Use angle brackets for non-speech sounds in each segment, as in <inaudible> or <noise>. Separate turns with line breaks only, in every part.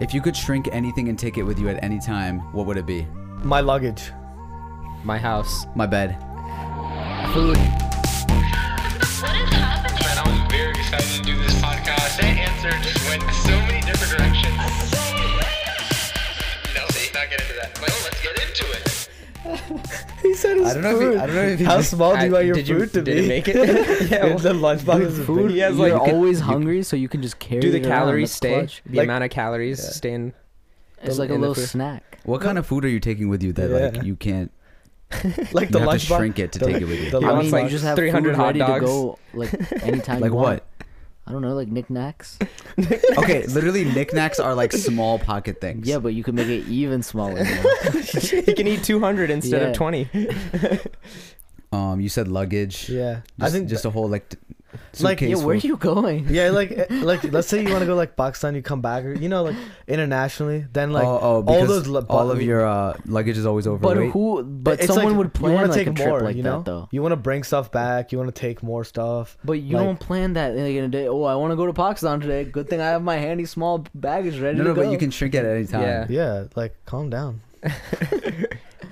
If you could shrink anything and take it with you at any time, what would it be?
My luggage.
My house.
My bed.
Food.
What is happening?
Man, I was very excited to do this podcast. That answer just went so many different directions. No, let's not get into that. But let's get into it.
He said his
I don't know if he-
food.
I don't know if he-
How small do
I-
you want your
did
food
you-
to
did
be?
it
<laughs>
make <laughs> it?
yeah, well, the lunchbox is
Food.
Big. He has
You're
<laughs> like
always hungry, so you can just carry. Do the it around. calories That's stay? clutch. The
Like-
amount of calories stay in.
It's
the-
like
in the food?
snack.
What kind of food are you taking with you that
Yeah.
like you can't?
like
You
the
have to
lunchbox.
shrink it to
the-
take it with you.
the
I mean,
lunchbox.
like, just- 300 hot dogs.
like anytime.
Like
you want.
what?
I don't know, like knickknacks.
Okay, literally knickknacks are like small pocket things.
yeah, but you can make it even smaller. you know?
<laughs> you can eat 200 instead
Yeah.
of 20.
Um, you said luggage.
yeah,
Just,
I think
just a whole like. t-
Like, yeah,
suitcase
yeah, where are
full.
you
<laughs>
going?
Yeah, like eh, like let's say you want to go like Pakistan, you come back, or you know like internationally, then like
oh, oh,
all
because
those lu-
all of
bu-
your uh, luggage is always
But
overweight.
who? But
it's
someone
like,
would
you
plan
wanna
like
take
a trip
more,
like
you know?
that though.
You want to bring stuff back, you want to take more stuff.
But you
Like-
don't plan that. Like in a day, oh, I want to go to Pakistan today. Good thing I have my handy small baggage ready
no,
to
no,
go.
but you can shrink it at any time.
Yeah.
Yeah, like calm down.
<laughs>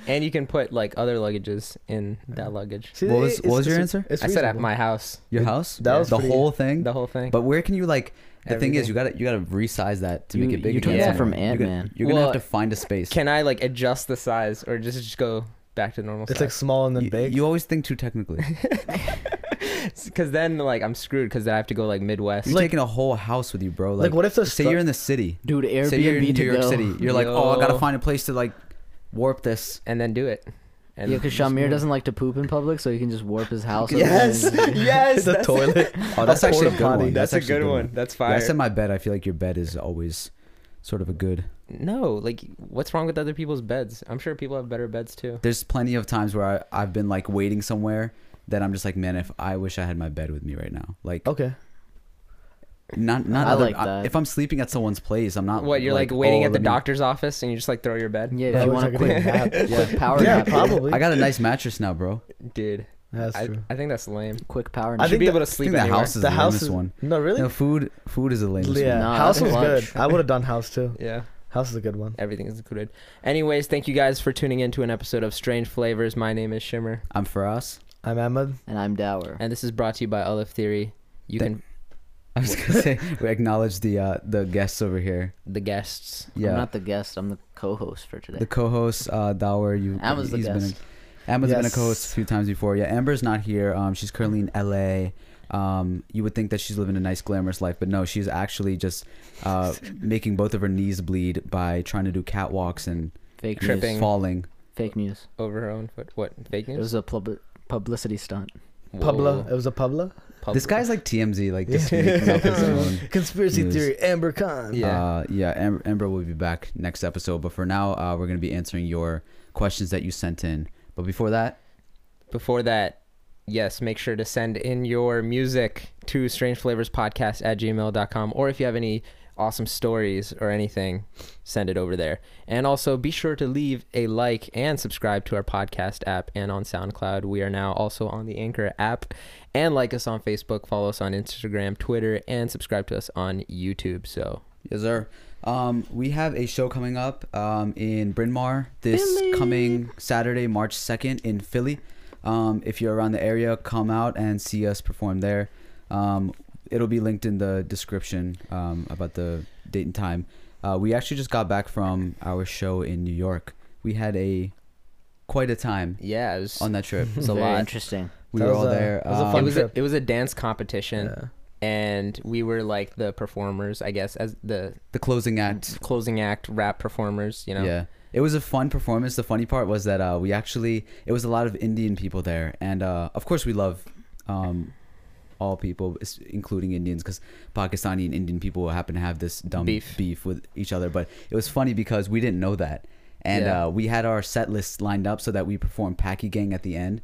And you can put like other luggages in that luggage.
See,
What
it-
was-
it's-
what was your
it's-
answer?
it's
I said at
reasonable.
my house.
Your house?
that was
the
pretty-
whole thing.
The whole thing.
But where can you like? The thing is,
Everything.
you gotta you gotta resize that to
You-
make it bigger.
you took
somewhere.
that
from
You're gonna-
Ant-Man.
You're gonna
Well,
have to find a space.
can I like adjust the size or just just go back to normal
It's like
size?
small and then
you,
big.
you always think too technically.
<laughs> Because then like I'm screwed because then I have to go like Midwest.
You're taking a whole house with you, bro.
like,
Like,
what if the
say
stu-
you're in the city.
Dude, Airbnb
say you're in
to
New York
go.
City. You're like, oh, I gotta
Yo.
find a place to like warp this.
and then do it. And
Yeah, because
just
Shamir
move.
doesn't like to poop in public, so he can just warp his house. up
<laughs>
yes,
<laughs>
<laughs>
and-
yes, the <laughs> toilet.
Oh, that's
A
actually a
porta
good
potty.
one.
That's, a
actually
good one. That's
Yeah,
fire.
I said my bed. I feel like your bed is always sort of a good.
no, like what's wrong with other people's beds? I'm sure people have better beds too.
There's plenty of times where I, I've been like waiting somewhere that I'm just like, man, if I wish I had my bed with me right now. Like,
Okay,
not not
I
other,
like that.
if I'm sleeping at someone's place, I'm not.
What you're like, waiting
oh,
at the
let me-
doctor's office and you just like throw your bed?
Yeah,
Yeah,
if you
we're
want a
talking
quick
about-
nap, quick power
yeah,
nap, dude.
probably.
I got a nice mattress now, bro.
dude.
that's
I,
true.
I think that's lame.
quick power
I
I
nap.
think
should be
the-
able to
I think
sleep
the
anywhere.
house is
the
the
house
lamest
is
one.
no really.
No food. Food is the lamest
yeah,
Nah,
house
that's
was
clutch.
good. I would have
<laughs>
done house too.
Yeah,
House is a good one.
everything is included. Anyways, thank you guys for tuning in to an episode of Strange Flavors. My name is Shimmer,
I'm for us.
I'm Ahmed.
And I'm dour.
and this is brought to you by Olive Theory. You
Th-
can
I was gonna say we acknowledge the uh, the guests over here.
the guests.
Yeah,
I'm not the guest. I'm the co-host for today.
the co-host uh, Dower. You,
I was the
he's
guest.
Been a, Amber's been a
Yes.
co-host a few times before. Yeah, Amber's not here. Um, she's currently in LA. Um, you would think that she's living a nice, glamorous life, but no, she's actually just
<laughs>
uh, making both of her knees bleed by trying to do catwalks and
fake
Tripping.
news.
falling.
Fake news.
Over her own foot. What fake
It
news?
was a pub- publicity stunt.
Pablo. It
Whoa.
was a Pablo.
This guy's like TMZ, like just
Yeah.
making up
<laughs>
his own.
Conspiracy
News.
theory, Amber Khan.
Yeah.
Uh, yeah, Amber, Amber will be back next episode, but for now, uh, we're gonna be answering your questions that you sent in. But before that,
before that, yes, make sure to send in your music to strangeflavorspodcast at gmail.com. Or if you have any awesome stories or anything, send it over there. And also be sure to leave a like and subscribe to our podcast app and on SoundCloud. We are now also on the Anchor app. And like us on Facebook, follow us on Instagram, Twitter, and subscribe to us on YouTube. So
yes, sir. Um, we have a show coming up um, in Bryn Mawr this coming Saturday, March second, in Philly. Um, if you're around the area, come out and see us perform there. Um, it'll be linked in the description um, about the date and time. Uh, we actually just got back from our show in New York. We had a quite a time
yeah, it was,
on that trip.
it was a
Very
lot.
interesting.
We
That
were
was
all
a-
there.
that was a
um,
fun
It was a,
trip.
it was a dance competition,
Yeah.
and we were like the performers, I guess, as the
the closing act.
closing act rap performers you know
Yeah. It was a fun performance. The funny part was that uh, we actually it was a lot of Indian people there, and uh, of course we love um, all people, s- including Indians, because Pakistani and Indian people happen to have this dumb
Beef.
with each other. But it was funny because we didn't know that, and
Yeah.
uh, we had our set list lined up so that we performed Paki Gang at the end.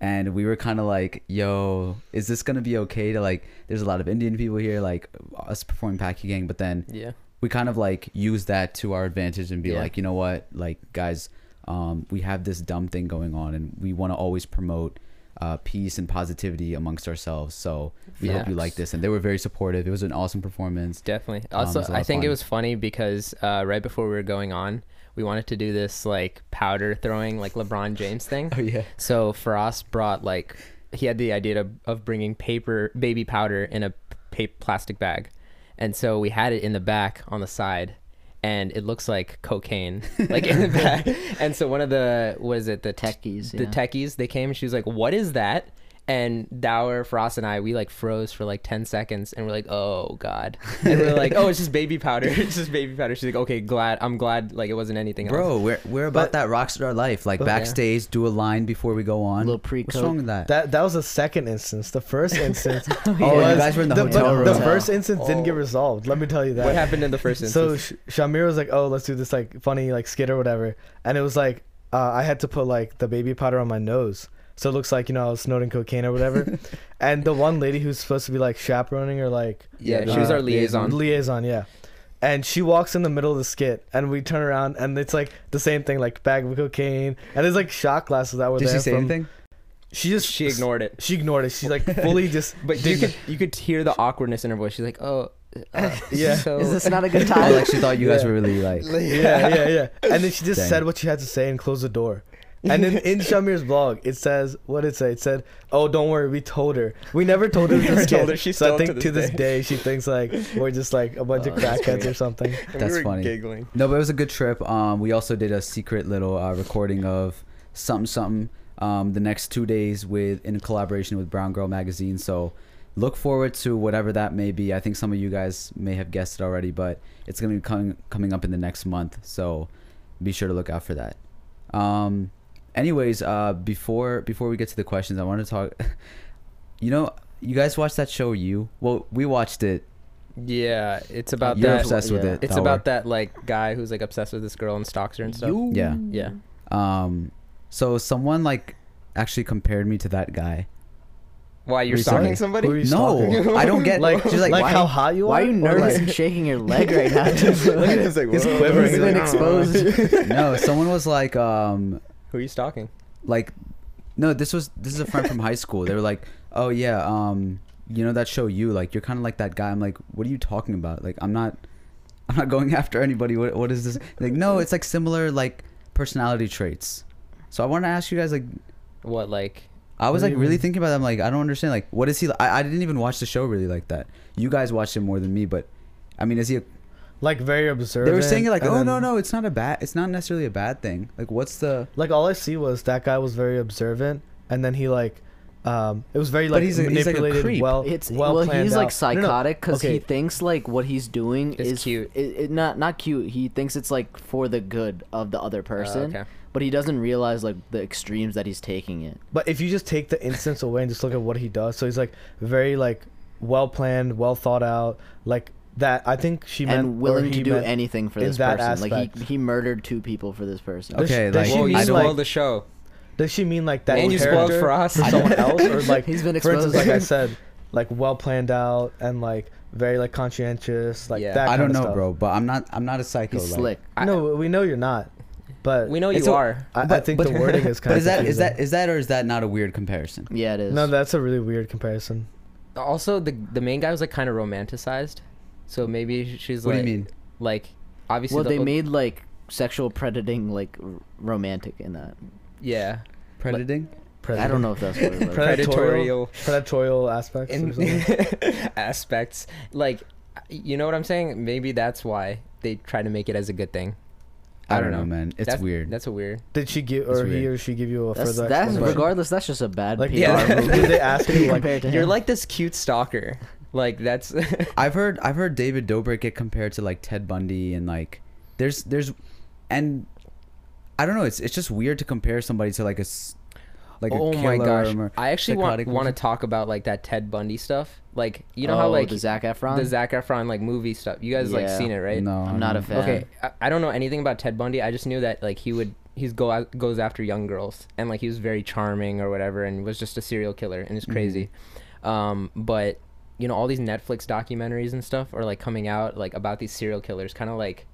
And we were kind of like, "Yo, is this gonna be okay?" To like, there's a lot of Indian people here, like us performing Paki Gang, but then
yeah
we kind of like use that to our advantage and be
Yeah.
like, you know what, like guys, um, we have this dumb thing going on, and we want to always promote uh, peace and positivity amongst ourselves. So we hope you like
Facts.
this. And they were very supportive. It was an awesome performance.
Definitely.
Um, it
Also,
was a lot
I
of
think it
fun.
was funny because uh, right before we were going on, we wanted to do this like powder throwing, like LeBron James thing.
<laughs> Oh, yeah.
So Frost brought like he had the idea of, of bringing paper baby powder in a pa- plastic bag, and so we had it in the back on the side, and it looks like cocaine,
<laughs>
like in the back. And so one of the was it the
Techies,
the
yeah.
techies they came. and She was like, "What is that?" And Dower, Frost, and I, we like froze for like ten seconds, and we're like, "Oh God!" And we're like, "Oh, it's just baby powder. <laughs> It's just baby powder." She's like, "Okay, glad. I'm glad. Like it wasn't anything else."
Bro, we're, we're about that rockstar life. Like backstage, do a line before we go on.
Little pre-coke.
What's wrong with that?
That that was the second instance. The first
<laughs>
instance.
<laughs> Oh, you guys were in the hotel
but
room.
The
<laughs>
first instance didn't get resolved. Let me tell you that.
Oh. What happened in the first
<laughs> So
instance?
Sh- Shamir was like, "Oh, let's do this like funny like skit or whatever," and it was like uh, I had to put like the baby powder on my nose, so it looks like you know I was snorting cocaine or
<laughs>
whatever. and the one lady who's supposed to be like chaperoning or like
Yeah, she was our liaison.
liaison, yeah. And she walks in the middle of the skit, and we turn around, and it's like the same thing, like bag of cocaine, and there's like shot glasses that were
Did
there.
she say
from-
anything?
She just
she ignored it.
She ignored it. She's like fully just.
But you could you could hear the awkwardness in her voice. She's like, "Oh, uh,
Yeah.
So <laughs>
Is this <laughs> not a good
<laughs> Oh,
time?
like she thought you guys
Yeah.
were really like.
<laughs> yeah, yeah, yeah. And then she just
Dang.
said what she had to say and closed the door. And then in Shamir's blog, it says what did it say. It said, "Oh, don't worry, we told her. We never told her.
We
this
told
kid."
her. She
so I
still
think
to
to
this
this,
day.
day. she thinks like we're just like a bunch
Oh,
of
that's
crackheads
great.
or something.
And
That's
we were
funny.
Giggling.
No, but it was a good trip. Um, we also did a secret little uh, recording of something something um, the next two days with in collaboration with Brown Girl Magazine. So look forward to whatever that may be. I think some of you guys may have guessed it already, but it's gonna be coming coming up in the next month. So be sure to look out for that. Um, anyways, uh, before before we get to the questions, I want to talk. <laughs> You know, you guys watched that show. You well, we watched it.
Yeah, it's about
You're
that.
obsessed with
yeah.
it.
It's
Tower.
about that like guy who's like obsessed with this girl and stalks her and stuff.
Yeah.
Yeah.
Um, so someone like actually compared me to that guy.
Why you're
Recently.
stalking somebody?
Who are you stalking?
No, I don't get like
<laughs> Like,
she's like, why?
how hot you are.
Why are you
Or,
nervous
like-
and <laughs> shaking your leg right
<laughs>
<laughs>
now? Just
Look at
like-
him, he's like,
He's
"Whoa."
quivering.
<laughs> He's "Oh,
<laughs>
been <laughs> exposed.
no, someone was like, um,
Who are you stalking?
like, no, this was this is a friend from high school. They were like, oh yeah, um, you know that show you like you're kind of like that guy. I'm like, what are you talking about? Like I'm not, I'm not going <laughs> after anybody. What what is this? Like no, it's like similar like personality traits. So I want to ask you guys like
What like?
I was
What do
like
you
really
mean?
thinking about that. I'm like, I don't understand. Like, what is he? Like? I, I didn't even watch the show really like that. You guys watched it more than me, but I mean, is he? A,
Like very observant.
they were saying it like,
and
oh
then-
no, no, it's not a bad. It's not necessarily a bad thing. Like, what's the?
Like all I see was that guy was very observant, and then he like, um, it was very
But
like
he's a- he's like a
manipulated.
creep.
well,
It's
well,
well, he's
planned out.
like
No, no,
psychotic because
okay.
he thinks like what he's doing
It's
is
cute.
It, it- not not cute. He thinks it's like for the good of the other person,
okay.
but he doesn't realize like the extremes that he's taking it.
But if you just take the instance away and just look at what he does, so he's like very like well planned, well thought out, like that. I think she meant
and
or
willing
he
to do
meant-
anything for
in
this
that
person. Like
aspect.
he he murdered two people for this person.
Does she-
Okay,
does
like,
she
Whoa,
mean,
you
I
spoiled
don't.
like-
the show.
Does she mean like that
And you spoiled
character
for us.
to someone
<laughs>
else, or like
He's been
for instance, like I
exposed.
said, like well planned out and like very like conscientious, like
Yeah.
that.
I
kind
don't
of
know,
stuff.
bro. But I'm not. I'm not a psycho.
He's
like-
slick.
I-
no, we know you're not, but
We know you
It's a-
are.
I, I
But-
think
but- <laughs>
the wording is kind
But
of
is that is
confusing.
that is that or is that not a weird comparison?
Yeah, it is.
no? That's a really weird comparison.
Also, the the main guy was like kind of romanticized, so maybe she's
What do
like.
you mean?
Like, obviously.
well,
the-
they made like sexual predating like r- romantic in that.
<laughs>
Yeah.
Predating?
I don't know if that's what it was.
Pred-
Predatorial.
Predatorial- predatorial aspects. or
<laughs>
something.
in aspects. Like, you know what I'm saying? Maybe that's why they try to make it as a good thing.
I don't know, man. It's
That's-
weird.
That's a weird.
Did she give
That's
or he
weird.
or she give you a
That's,
further
that's
explanation?
regardless. That's just a bad
Like,
PR
yeah.
move.
Did they
<laughs>
ask you, like,
compared to
You're
him.
like this cute stalker. Like that's <laughs>
I've heard I've heard David Dobrik get compared to like Ted Bundy and like there's there's and I don't know it's it's just weird to compare somebody to like a s- like a
oh
killer
my gosh.
or
I actually want
psychotic
want to
person.
talk about like that Ted Bundy stuff. Like you know
oh,
how like
the Zac Efron.
the Zac Efron like movie stuff. You guys like
Yeah.
seen it right?
No,
I'm not a
no.
fan.
Okay, I, I don't know anything about Ted Bundy. I just knew that like he would he's go out, goes after young girls and like he was very charming or whatever and was just a serial killer and
Mm-hmm.
it's crazy. Um, but you know all these Netflix documentaries and stuff are like coming out like about these serial killers, kind of like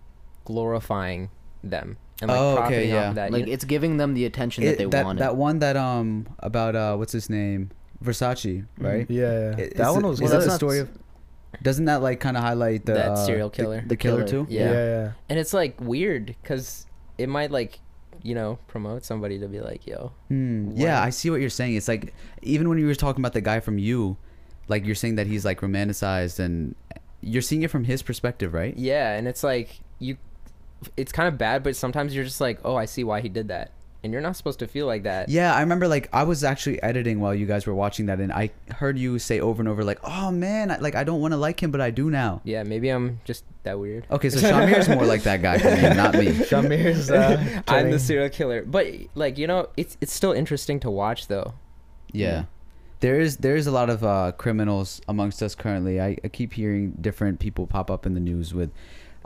glorifying them and like
Oh, okay,
profiting off
yeah.
of that.
Like
you
it's giving them the attention that
It-
they
that
wanted.
that one that um about uh what's his name Versace
Mm-hmm.
right?
Yeah, yeah.
It-
that
is
one
it-
was.
is
Was
that
that the
not-
story of?
Doesn't that like kind of highlight the
That
uh,
serial
the-
killer.
the, killer,
Killer.
too?
know? yeah.
yeah, yeah.
and it's like weird because it might like you know promote somebody to be like yo
Hmm.
What-
Yeah, I see what you're saying. It's like even when you were talking about the guy from you, like you're saying that he's like romanticized and you're seeing it from his perspective, right?
yeah and it's like you it's kind of bad but sometimes you're just like oh i see why he did that and you're not supposed to feel like that
Yeah, I remember like I was actually editing while you guys were watching that and I heard you say over and over like, "Oh man, I, like I don't want to like him, but I do now."
yeah maybe i'm just that weird
<laughs> Okay, so Shamir's more like that guy for me, not
<laughs>
me.
<laughs> Shamir's. Uh,
i'm
killing-
the serial killer but like you know it's it's still interesting to watch though
Yeah. There is there is a lot of uh, criminals amongst us currently. I, I keep hearing different people pop up in the news with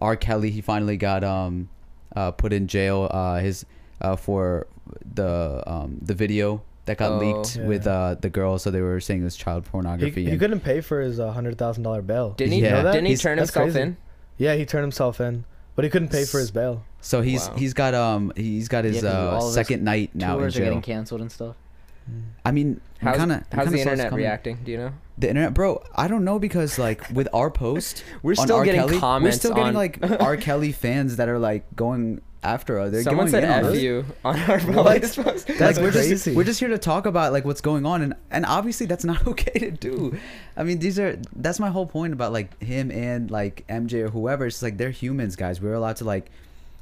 R. Kelly. He finally got um uh, put in jail. Uh, his uh, for the um, the video that got
Oh.
leaked
Yeah.
with uh, the girl. So they were saying it was child
He,
pornography.
he
and-
couldn't pay for his uh, hundred thousand dollar bail.
didn't he
Yeah.
know that?
didn't he
He's-
turn
that's
himself
crazy.
in
Yeah, he turned himself in, but he couldn't pay for his bail.
so he's
Wow.
he's got um he's got his
Yeah, 'cause
uh,
all of his
second night now in
Tours are
jail.
getting canceled and stuff.
I mean, we
how's,
kinda, we kinda
how's the
saw this
internet
coming.
reacting do you know
The internet, bro. I don't know because like with our post,
<laughs> We're
on
still
R.
getting
Kelly,
comments
We're still getting
on-
like R. Kelly fans that are like going after us. They're
someone
going
said
in on
f
us.
you on our latest <laughs> post.
That's
like we're just
crazy.
we're just here to talk about like what's going on and and obviously that's <laughs> not okay to do. I mean these are that's my whole point about like him and like MJ or whoever. It's like they're humans, guys. We're allowed to like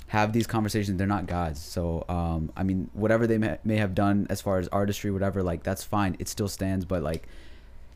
have these conversations. They're not gods. So um I mean whatever they may, may have done as far as artistry whatever like that's fine. It still stands but like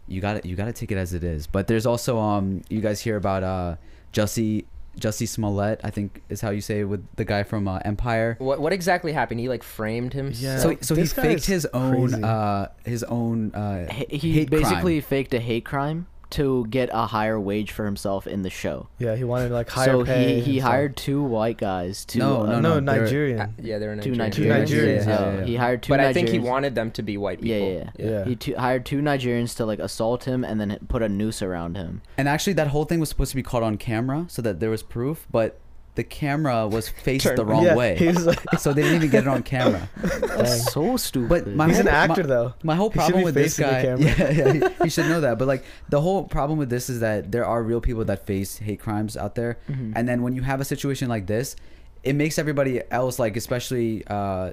you got to you got to take it as it is. But there's also um you guys hear about uh Jussie Jussie Smollett, I think is how you say it, with the guy from uh, Empire.
what what exactly happened he like framed him
Yeah.
So, so he
This guy
faked
is
his own
crazy.
uh his own uh
H- He
hate crime.
basically faked a hate crime to get a higher wage for himself in the show.
Yeah, he wanted like higher
so
pay.
he, he
and stuff.
hired two white guys to
No,
uh,
No,
no,
no,
they're-
Nigerian.
yeah they're in
two
Nigeria.
Nigerians.
Two Nigerians,
yeah,
Oh,
yeah,
He
yeah.
hired two
but
Nigerians.
I think he wanted them to be white
Yeah,
people.
yeah, yeah.
Yeah.
He t- hired two Nigerians to like assault him and then put a noose around him.
and actually that whole thing was supposed to be caught on camera so that there was proof, but the camera
<laughs>
was faced
Turned-
the wrong
Yeah,
way, <laughs>
he was like-
so they didn't even get it on
<laughs>
camera.
Dang.
That's so stupid.
But my
He's
whole,
an actor,
my-
though.
My whole
He should
problem
be
with this
facing the
guy,
camera.
yeah, yeah, he,
<laughs>
he should know that. But like the whole problem with this is that there are real people that face hate crimes out there,
Mm-hmm.
and then when you have a situation like this, it makes everybody else like, especially, uh,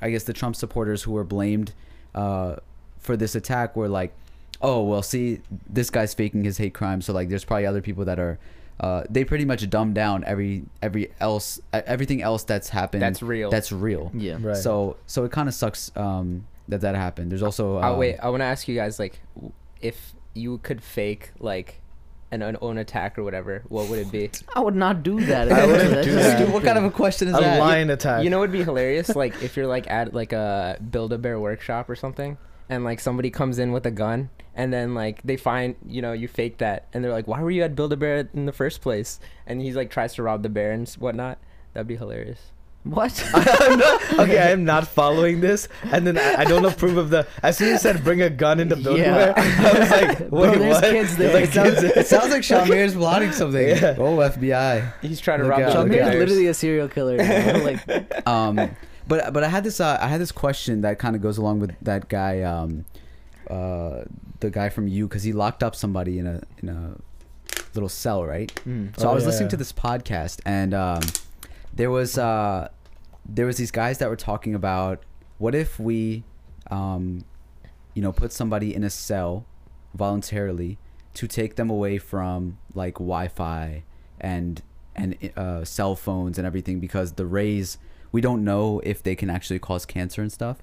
I guess the Trump supporters who were blamed uh, for this attack were like, oh well, see, this guy's faking his hate crime, so like, there's probably other people that are. Uh, they pretty much dumb down every every else e-, everything else that's happened
That's real.
that's real
yeah,
Right.
so so it kind of sucks um, that that happened. There's also
Oh
Ah,
um,
wait, I want to ask you guys like, w- if you could fake like an, an own attack or whatever, what would it be?
I would not do that.
I wouldn't
That's
do
just
that.
Dude,
stupid.
what kind of a question is
a
that?
lion attack.
you know, it'd be hilarious. Like if you're like at like a build a bear workshop or something, and like somebody comes in with a gun, and then like they find you know you fake that, and they're like, why were you at build a bear in the first place? And he's like tries to rob the bear and s- whatnot. That'd be hilarious.
<laughs> What?
<laughs> I'm not- <laughs> okay, I am not following this, and then I, I don't approve of the. As soon as you said bring a gun into building,
Yeah.
I
<laughs>
was like, wait,
Bro, there's
what?
kids there.
It <laughs>
There's,
<laughs>
sounds,
kids
it sounds like Shamir's
<laughs>
plotting something.
Yeah.
Oh FBI.
He's trying to
Look
rob
out,
the
look
bear.
out.
Shamir's literally a serial killer. man. like,
Um, but but I had this uh, I had this question that kind of goes along with that guy, um, uh, the guy from you, because he locked up somebody in a in a little cell, right? So
Oh,
I was
yeah,
listening
yeah.
to this podcast, and um, there was uh, there was these guys that were talking about what if we, um, you know, put somebody in a cell voluntarily to take them away from like Wi-Fi and and uh, cell phones and everything because the rays we don't know if they can actually cause cancer and stuff.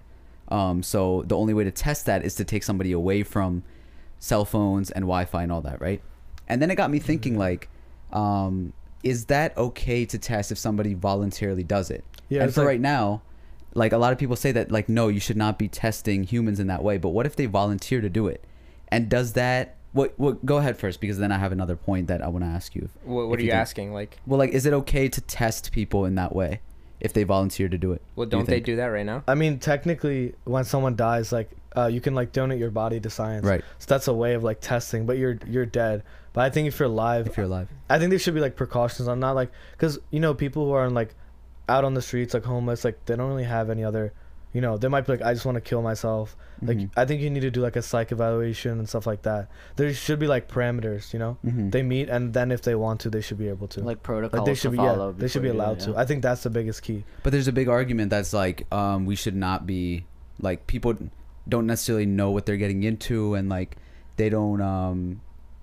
Um, so the only way to test that is to take somebody away from cell phones and Wi-Fi and all that, right? And then it
Mm-hmm.
got me thinking, like, um, is that okay to test if somebody voluntarily does it?
Yeah,
and
it's
for
like-
right now, like a lot of people say that, like, no, you should not be testing humans in that way. But what if they volunteer to do it? And does that? What? What? Go ahead first, because then I have another point that I want to ask you. if-
What, what
if
are you
think-
asking? Like,
Well, like, is it okay to test people in that way if they volunteer to do it?
well,
do you
don't they
think?
do that right now?
I mean, technically, when someone dies, like uh, you can like donate your body to science,
Right.
So that's a way of like testing, but you're you're dead. But I think if you're alive,
If you're alive,
I think there should be like precautions on not like because you know people who are on like out on the streets, like homeless, like they don't really have any other, you know, they might be like, I just want to kill myself. Like
Mhm.
I think you need to do like a psych evaluation and stuff like that. There should be like parameters, you know.
Mhm.
They meet and then if they want to, they should be able to.
like protocols
Like, they should be
to follow.
yeah, they should be
before you do
allowed
that,
to.
yeah.
I think that's the biggest key.
But there's a big argument that's like um, we should not be like people don't necessarily know what they're getting into and like they don't um,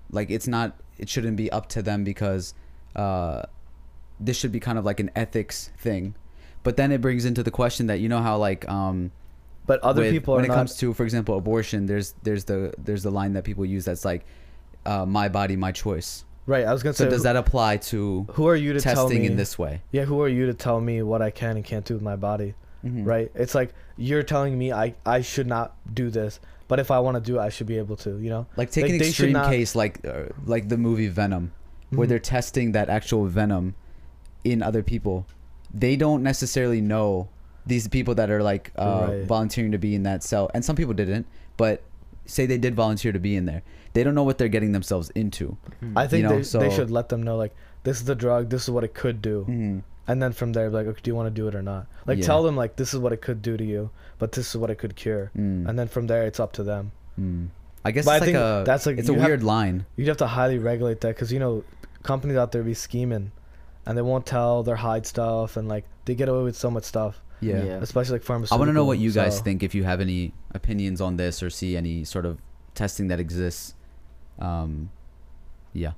like it's not it shouldn't be up to them because uh, this should be kind of like an ethics thing. But then it brings into the question that you know how like um,
But other
with-
people are
when it
not
comes to for example abortion there's there's the there's the line that people use that's like uh, my body my choice.
right. I was gonna
So,
say
does that apply to
who are you to tell
testing
me
in this way?
Yeah, who are you to tell me what I can and can't do with my body?
Mm-hmm.
Right? It's like you're telling me I I should not do this, but if I want to do, it, I should be able to. You know.
Like take an
they should
extreme
not-
case like uh, like the movie Venom, where
Mhm.
they're testing that actual venom in other people. They don't necessarily know these people that are like uh,
Right.
volunteering to be in that cell, and some people didn't, but say they did volunteer to be in there. They don't know what they're getting themselves into.
I think
know,
they,
so- Mm-hmm.
they should let them know like this is the drug, this is what it could do, and then from there be like, okay, do you want to do it or not? Like
Yeah.
tell them like this is what it could do to you, but this is what it could cure,
Mm.
and then from there it's up to them.
I guess it's like
But I think
a
that's, like,
it's a
you have-
weird line.
You'd have to highly regulate that because you know companies out there be scheming, and they won't tell, they hide stuff, and like they get away with so much stuff.
Yeah.
Yeah.
especially like pharmaceuticals.
I want to know what you guys
so-
think if you have any opinions on this or see any sort of testing that exists. Um, yeah.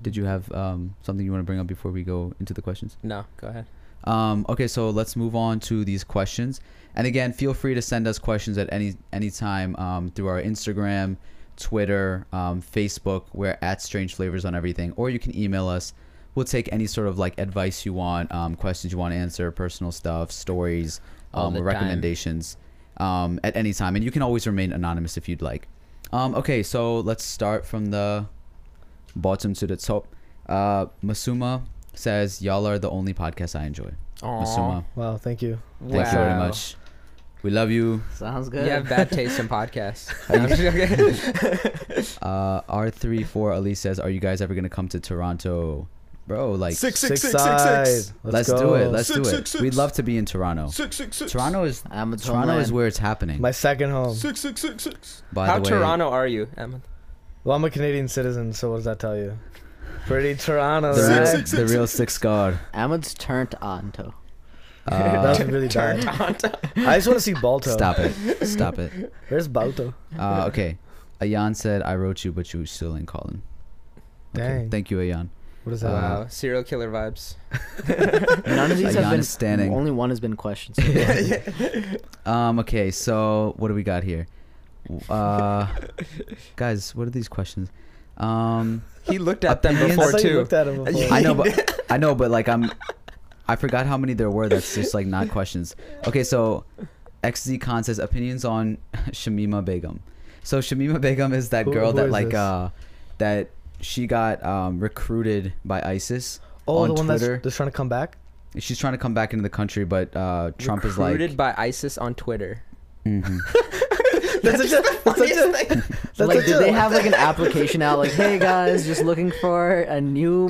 Did you have um, something you want to bring up before we go into the questions?
No, go ahead.
Um, okay, so let's move on to these questions. And again, feel free to send us questions at any any time um, through our Instagram, Twitter, um, Facebook. We're at Strange Flavors on everything, or you can email us. We'll take any sort of like advice you want, um, questions you want to answer, personal stuff, stories,
All
um,
the
or
time.
recommendations um, at any time. And you can always remain anonymous if you'd like. Um, okay, so let's start from the bottom to the top. Uh, Masuma says, Y'all are the only podcast I enjoy. Masuma,
Wow, thank you.
thank you very much. We love you.
Sounds
You
good.
have bad taste in
<laughs>
podcasts. <laughs>
Uh, R34 Elise says, Are you guys ever going to come to Toronto? Bro, like,
Six, side.
let's, do it. Let's do it. We'd love to be in Toronto. Toronto is
I'm
Toronto
a
is
homeland.
where it's happening.
My second home.
by
How
the way,
Toronto are you, Emma?
Well, I'm a Canadian citizen, so what does that tell you? Pretty Toronto,
the,
right?
real,
<laughs>
the real six god.
Ahmed's turned on to.
that
Uh,
was really bad. I just want to see Balto.
stop it. Stop it.
Where's Balto?
Uh, okay. Ayan said, I wrote you, but you still ain't calling. Okay.
Dang.
Thank you, Ayan.
What is that?
Wow, serial killer vibes.
None of these
Ayan
have been
is standing.
Only one has been questioned. So far.
<laughs> Um, okay, so what do we got here? Uh, guys, what are these questions? Um,
He looked at them
Opinions?
I
before
thought you
too.
looked at him before.
I know, but I know, but like I'm, I forgot how many there were. That's just like not questions. Okay, so XZ Khan says opinions on <laughs> Shamima Begum. So Shamima Begum is that
Who-
girl
who
that
is
like
this?
uh, that she got um recruited by ISIS
oh,
on
the one
Twitter.
that's, that's trying to come back.
She's trying to come back into the country, but uh, Trump
recruited
is like.
by ISIS on Twitter.
Mhm.
That's such a. <laughs> That's such a. That's
like,
such
did
a
they have like an application out? Like, hey guys, just looking for a new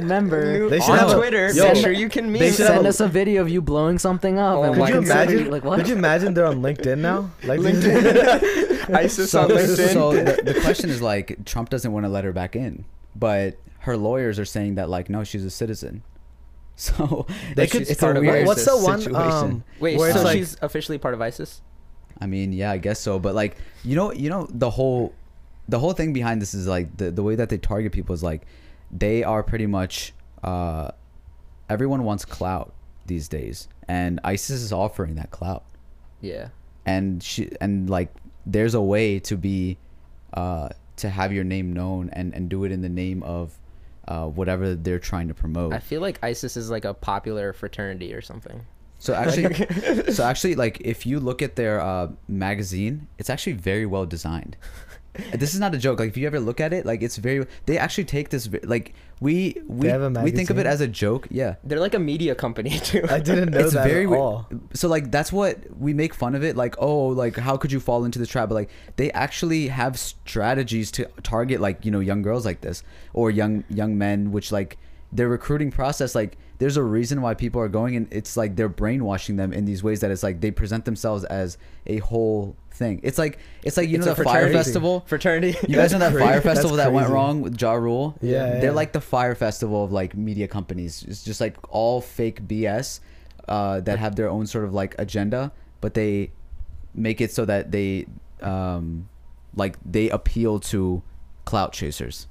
<laughs>
member.
<laughs> They should
on
have a-
Twitter.
Yo,
make sure you can meet.
they should have
Send
a-
us a video of you blowing something up.
Oh
and
my
could you
we can send it-
imagine?
Like what?
Could you imagine they're on LinkedIn now?
<laughs>
Like <laughs>
ISIS
so,
on LinkedIn.
so the, the question
<laughs>
is like Trump doesn't want to let her back in, but her lawyers are saying that like no, she's a citizen. <laughs> So
They
it's,
could-
it's
part
a
of
weird
What's the one?
situation.
Um,
Wait,
where it's
so
like-
she's officially part of ISIS?
I mean, yeah, I guess so. But like, you know, you know, the whole, the whole thing behind this is like the the way that they target people is like, they are pretty much, uh, everyone wants clout these days, and ISIS is offering that clout.
Yeah.
and she and like there's a way to be uh to have your name known and and do it in the name of uh whatever they're trying to promote
I feel like ISIS is like a popular fraternity or something.
so
<laughs>
actually so actually like if you look at their uh magazine it's actually very well designed this is not a joke like if you ever look at it like it's very they actually take this ve- like we we
have a
we think of it
magazine?
as a joke yeah
They're like a media company <laughs> too.
I didn't know that at
weird.
all.
So like that's what we make fun of it. Like oh, like how could you fall into the trap? But like they actually have strategies to target like you know young girls like this or young young men, which like their recruiting process like. This there's a reason why people are going, and it's like they're brainwashing them in these ways that it's like they present themselves as a whole thing. It's like it's like you
It's
know
a
the fire
fraternity.
festival.
Fraternity.
You guys know that
crazy.
fire
<laughs> That's
festival that went
crazy.
wrong with Ja Rule?
Yeah, yeah.
They're like the fire festival of like media companies. It's just like all fake BS uh, that have their own sort of like agenda, but they make it so that they um, like they appeal to clout chasers.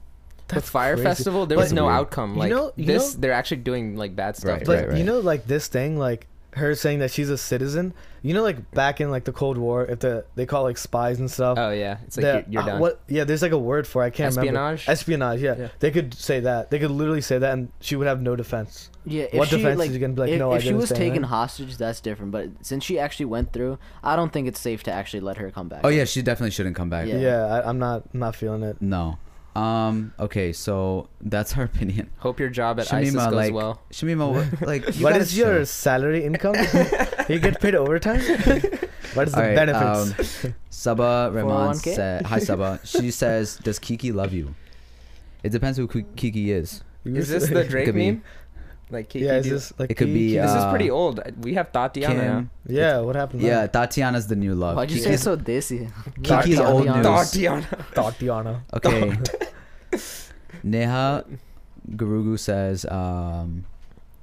The fire
crazy.
festival, there
But-
was no
Weird.
outcome.
You
Like
know- you
this,
know-
they're actually doing like bad stuff.
Right,
But
right, right.
you know, like this thing, like her saying that she's a citizen. You know, like back in like the Cold War, if the they call like spies and stuff.
Oh yeah, it's like
that-
you're, you're
uh,
done.
What? Yeah, there's like a word for. It. I can't remember.
Espionage?
Espionage. Yeah.
Yeah.
they could say that. They could literally say that, and she would have no defense.
Yeah, if
What
she,
defense
like,
is gonna be like,
If,
"No, I
if she
didn't
was
stand
taken
there"?
hostage, that's different. But since she actually went through, I don't think it's safe to actually let her come back.
Oh yeah, she definitely shouldn't come back.
Yeah.
Yeah, I, I'm not. I'm not feeling it.
No. Um. Okay. So that's her <laughs> opinion.
Hope your job at ISIS
Shamima,
goes
like,
well.
<laughs> Shamima, what-
<laughs>
like, you
what
gotta
is your
chill.
salary
<laughs>
income? you get paid overtime. what is the
All right, <laughs>
benefits?
um, Saba Rahman
401k?
said, "Hi Saba."
<laughs>
She says, "Does Kiki love you?" It depends who Ki- Kiki is.
Is this the Drake
could be-
meme? Like Kiki.
yeah, is
do-
this like
It could
Kiki?
be,
this is
uh,
pretty old. We have Tatiana.
Kim.
yeah, what happened?
Yeah, Tatiana's the new love.
Why'd you say
Kiki's-
so dizzy?
Kiki's old news.
Tatiana.
Tatiana.
<laughs>
Okay. Neha Garugu says, um,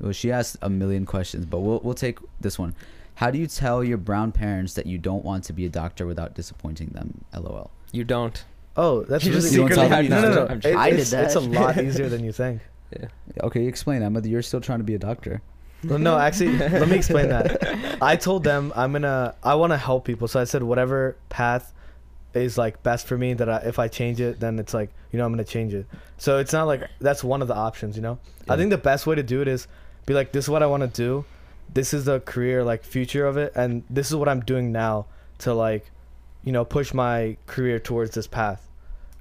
well, she asked a million questions, but we'll we'll take this one. How do you tell your brown parents that you don't want to be a doctor without disappointing them? LOL.
You don't.
Oh, that's
You
really
just
secretly had
no, no, no.
knowledge.
It-
I did
it's- It's a
that.
lot easier than you think.
Okay, explain, Emma. You're still trying to be a doctor.
Well, no, actually, let me explain that. I told them I'm gonna, I want to help people, so I said whatever path is like best for me. That I, if I change it, then it's like you know I'm gonna change it. So it's not like that's one of the options, you know. I
Yeah.
think the best way to do it is be like, this is what I want to do, this is the career like future of it, and this is what I'm doing now to like, you know, push my career towards this path.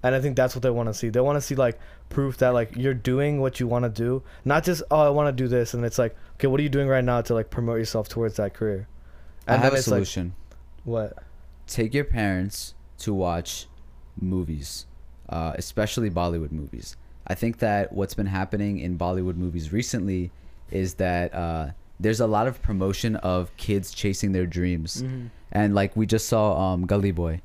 And I think that's what they want to see. They want to see like proof that like you're doing what you want to do, not just oh I want to do this, and it's like okay, what are you doing right now to like promote yourself towards that career?
I
And
have
then
a
it's, like,
solution.
what?
take your parents to watch movies, uh, especially Bollywood movies. I think that what's been happening in Bollywood movies recently is that uh, there's a lot of promotion of kids chasing their dreams, and like we just saw um, Gully Boy,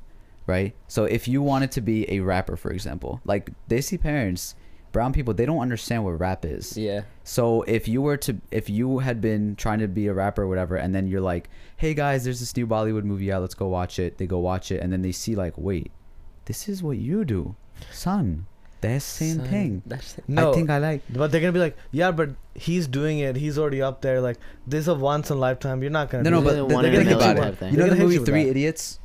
right? So if you wanted to be a rapper, for example, like they see parents, brown people, they don't understand what rap is.
Yeah.
So if you were to if you had been trying to be a rapper or whatever and then you're like, "Hey guys, there's this new Bollywood movie out. Let's go watch it." They go watch it and then they see like, "Wait, this is what you do." Son, that's same
Son,
thing.
that's-
No,
I think I like
But they're gonna be like, yeah, but he's doing it. He's alady up there. Like this is a once in a lifetime. You're not gonna.
No,
do
no,
this."
They're
but
the
th-
one
th-
in a
think about
million
it.
type thing.
You know the
They're gonna
movie
hit you with
Three
that.
Idiots?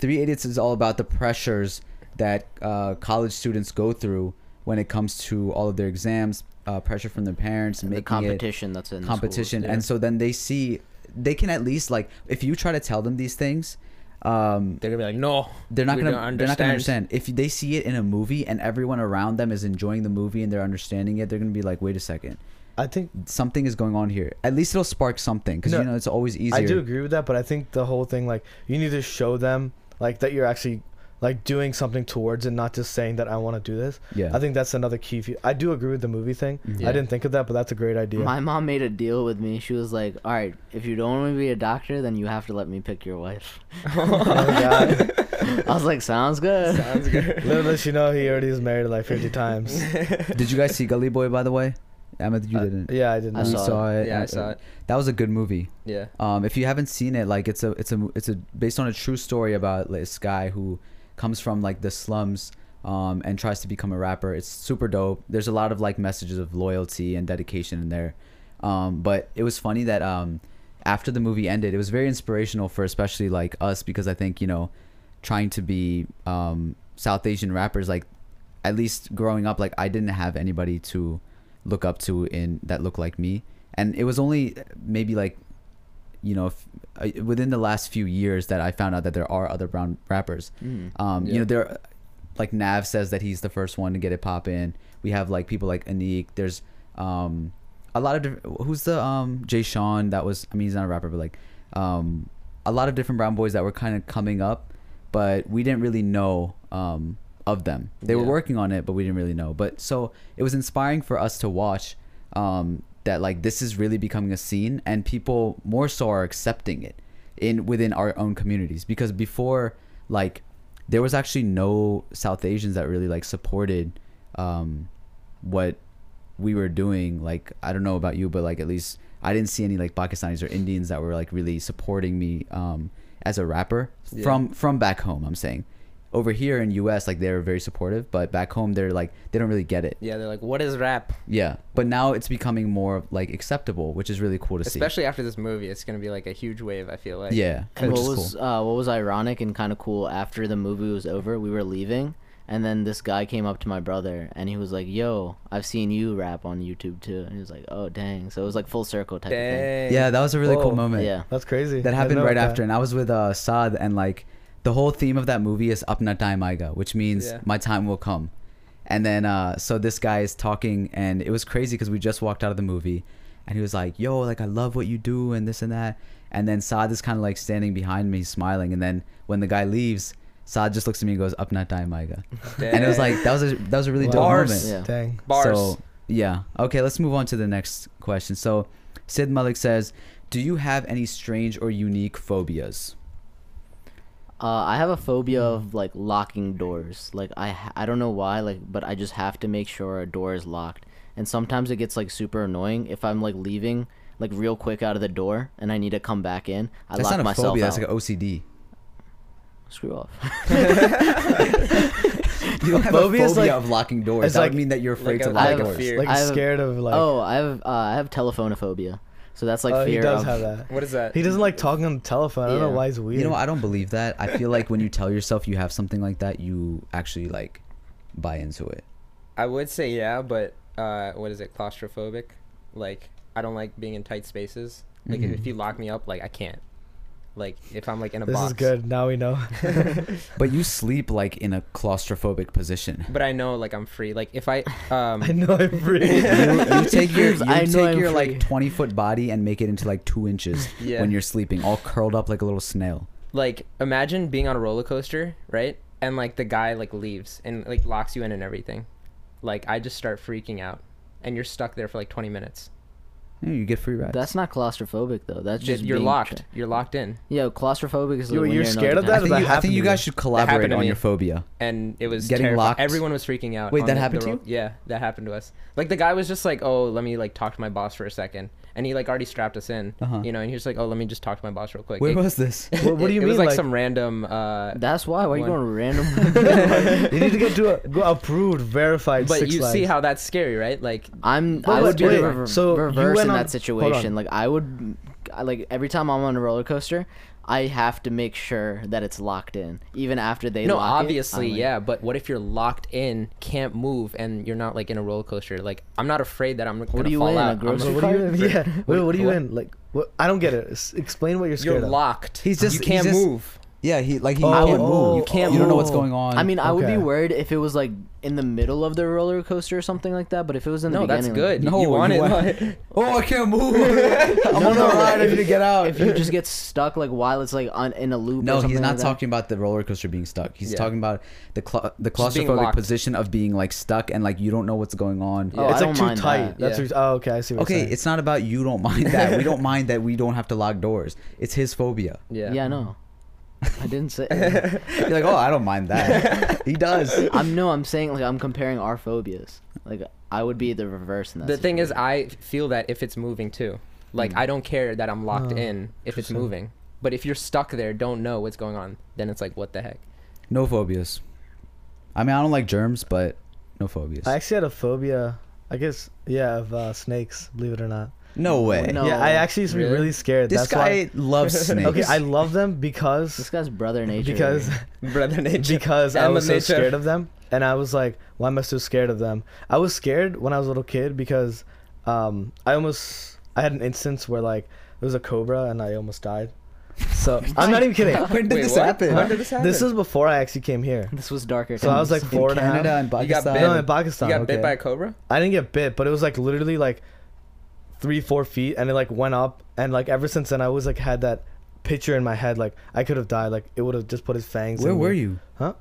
Three Idiots is all about the pressures that uh, college students go through when it comes to all of their exams, uh, pressure from their parents,
the
making it
competition that's in the schools.
competition
yeah.
and so then they see they can at least like if you try to tell them these things um
They're gonna be like, no.
they're not
we
gonna
don't
they're not gonna <laughs> understand if they see it in a movie and everyone around them is enjoying the movie and they're understanding it they're gonna be like wait a second
I think
something is going on here at least it'll spark something because
No,
you know it's always easier
I do agree with that. But I think the whole thing, like, you need to show them like that you're actually like doing something towards it, not just saying that I want to do this.
yeah Mm-hmm.
I think that's another key. fe- I do agree with the movie thing.
Yeah.
I didn't think of that, but that's a great idea.
My mom made a deal with me. She was like, "All right, if you don't want to be a doctor, then you have to let me pick your wife." <laughs>
Oh,
God.
I was like, "Sounds
<laughs>
good."
<laughs>
Sounds good.
Little does she know, he already is married like
<laughs>
50 times.
<laughs>
did you guys
<laughs>
see gully boy by the way Emma, you
Uh,
didn't
yeah, I didn't.
I
We
saw it.
Yeah, I
Uh,
saw it.
that was a good movie
Yeah.
Um, if you haven't seen it, like it's a it's a it's a based on a true story about like, this guy who comes from like the slums um, and tries to become a rapper. It's super dope. There's a lot of like messages of loyalty and dedication in there. Um, but it was funny that um, after the movie ended, it was very inspirational for especially like us because I think you know trying to be um, South Asian rappers like at least growing up like I didn't have anybody to look up to in that looked like me and it was only maybe like you know if, uh, within the last few years that I found out that there are other brown rappers
Mm.
um
Hmm. Yeah.
you know there like Nav says that he's the first one to get it pop in we have like people like Anik there's um a lot of diff- who's the um Jay Sean that was I mean he's not a rapper but like um a lot of different brown boys that were kind of coming up but we didn't really know um of them they were
Yeah.
working on it but we didn't really know but so it was inspiring for us to watch um that like this is really becoming a scene and people more so are accepting it in within our own communities because before like there was actually no South Asians that really like supported um what we were doing like I don't know about you but like at least I didn't see any like Pakistanis or Indians that were like really supporting me um as a rapper
Yeah.
from from back home I'm saying over here in US like they're very supportive but back home they're like they don't really get it
Yeah, they're like, what is rap?
yeah, but now it's becoming more like acceptable, which is really cool to see.
Especially after this movie, it's gonna be like a huge wave. I feel like.
yeah,
And
which
what
is
was
cool.
uh, what was ironic and kind of cool after the movie was over, we were leaving, and then this guy came up to my brother and he was like, "Yo, I've seen you rap on YouTube too." And he was like, "Oh, dang!" So it was like full circle type
Dang.
Yeah, that was a really cool
Oh,
Whoa.
moment.
Yeah.
That's crazy.
that happened right after, and I was with uh, Saad, and like the whole theme of that movie is "Apna Time Aega," which means
Yeah.
my time will come. And then uh, so this guy is talking, and it was crazy because we just walked out of the movie, and he was like, "Yo, like I love what you do, and this and that." And then Saad is kind of like standing behind me, smiling, and then when the guy leaves. Saad just looks at me and goes, "Apna time aega," and it was like that was a that was a really dope
Bars.
moment.
Yeah.
Dang.
Bars.
So, yeah. Okay, let's move on to the next question. So, Sid Malik says, "Do you have any strange or unique phobias?"
thing. Uh, I have a phobia of like locking doors. Like I ha- I don't know why, like but I just have to make sure a door is locked. And sometimes it gets like super annoying if I'm like leaving like real quick out of the door and I need to come back in. I
That's
lock
not a
myself
phobia. That's
out.
like an OCD.
<laughs>
Screw <laughs> off.
You
<laughs>
don't have
phobia
a
is
phobia
like-
of locking doors.
it's
That
like-
would mean that you're afraid
like
to
a-
lock
like a
doors.
fear.
Like
I have-
scared of like.
oh, I have uh, I have telephonophobia. So that's like
oh,
fear
he does
of
have
<laughs>
that.
What is that?
He doesn't like talking on the telephone. I don't
Yeah.
know why he's weird.
You know, I don't believe that. I feel like when you tell yourself you have something like that, you actually like buy into it.
I would say yeah, but uh, what is it? Claustrophobic. Like I don't like being in tight spaces. Like if, if you lock me up, like I can't. Like if I'm like in a
Mm-hmm. this
box.
is good. Now we
<laughs>
know. <laughs>
But you sleep like in a claustrophobic position.
But I know like I'm free. Like
<laughs>
if I um
I know I'm free.
You,
<laughs>
you take your you
Because I know
take
I'm
your
free.
like twenty foot body and make it into like two inches
Yeah.
when you're sleeping, all curled up like a little snail.
like imagine being on a roller coaster, right? And like the guy like leaves and like locks you in and everything. Like I just start freaking out, and you're stuck there for like 20 minutes.
Yeah, you get free rides.
That's not claustrophobic though. That's
Ju-
just
you're
being
locked.
tra-
You're locked in,
yeah, claustrophobic is.
You-
when
you're
in
scared of
another
I
that?
town.
think,
that
you, I
happened
think you
to
guys
me.
should
happened
collaborate
to
on
me.
your phobia.
and it was
Getting
terrifying.
locked.
Everyone was freaking out.
Wait,
on
that
the- the
happened to
ro-
you?
Yeah, that happened to us. Like the guy was just like, "Oh, let me like talk to my boss for a second. and he like already strapped us in.
Uh-huh.
You know, and he was like, "Oh, let me just talk to my boss real
<laughs>
quick."
Where
It- <laughs>
was this?
What- what do you
it
mean?
was like,
like-
some random. Uh,
<laughs> That's why. Why are you
One.
going random? <laughs>
you need to get to a, go approved, verified.
but
Six
you see
Flags.
how that's scary, right? Like
I'm.
Wait,
I would
wait,
do
wait.
the rever-
So you
reverse in
went on- hold
that situation.
on.
Like I would, I, like every time I'm on a roller coaster, I have to make sure that it's locked in, even after they.
no,
lock it, I'm
obviously,
like-
yeah. But what if you're locked in, can't move, and you're not like in a roller coaster? Like I'm not afraid that I'm gonna
do you
fall
in, a
out. I'm
grocery
af-
What
<laughs>
are you in?
Sorry.
Yeah. Wait, what are you
What?
in? Like, what? I don't get it. S- explain what you're scared
You're
of.
locked.
He's just-
you can't
he's just- <laughs>
move.
yeah, he like he
Oh,
can't move.
You
can't
You don't know what's
move.
going on.
I mean, I would be
Okay.
worried if it was like in the middle of the roller coaster or something like that. But if it was in the
No, that's
beginning, like,
good.
<laughs> No,
you want
you
<laughs> it.
want-
like-
<laughs> oh, I can't move. <laughs> I'm on
no,
a ride. I
if-
need to get out.
if you just get stuck like while it's like on in a loop.
<laughs>
or
no, he's
something
not
like that.
talking about the roller coaster being stuck. He's
Yeah.
talking about the cla the
Just being
claustrophobic
locked.
position of being like stuck and like you don't know what's going on.
Oh,
it's like
I don't
too
mind
tight.
that.
That's
Yeah.
what, oh, okay. I see. What
Okay,
you're saying.
it's not about you don't mind that. we don't mind that we don't have to lock doors. It's his phobia.
yeah.
Yeah, no. I didn't
<laughs>
say. <laughs>
You're like, oh, I don't mind that. he does.
I'm no. I'm saying like I'm comparing our phobias. Like I would be the reverse in that.
The thing is,
situation.
I feel that if it's moving too, like
Hmm.
I don't care that I'm locked
Oh,
in if it's
interesting.
moving. But if you're stuck there, don't know what's going on, then it's like, what the
<laughs>
heck?
No phobias. I mean, I don't like germs, but no phobias.
I actually had a phobia. I guess yeah of uh, snakes. Believe it or not.
no way.
No.
Yeah, I actually used to be
Really?
really, scared.
This
That's
guy
why.
loves snakes.
<laughs> Okay, I love them because
this guy's brother nature.
because <laughs>
Brother <laughs> nature.
because I
Emma
was so
nature.
scared of them, and I was like, "Why am I so scared of them?" I was scared when I was a little kid because um, I almost I had an instance where like there was a cobra and I almost died.
<laughs>
So I'm not even kidding.
<laughs> when did
Wait,
this
what?
happen?
When did this happen?
This was before I actually came here.
<laughs> this was darker.
So I was like
times.
four
in
and a half.
Canada and
You got
Pakistan.
banned.
No, in Pakistan.
you got bit
okay.
by a cobra?
I didn't get bit, but it was like literally like three, four feet, and it like went up, and like ever since then, I always like had that picture in my head, like I could have died, like it would have just put his fangs.
Where
in me.
were you?
Huh?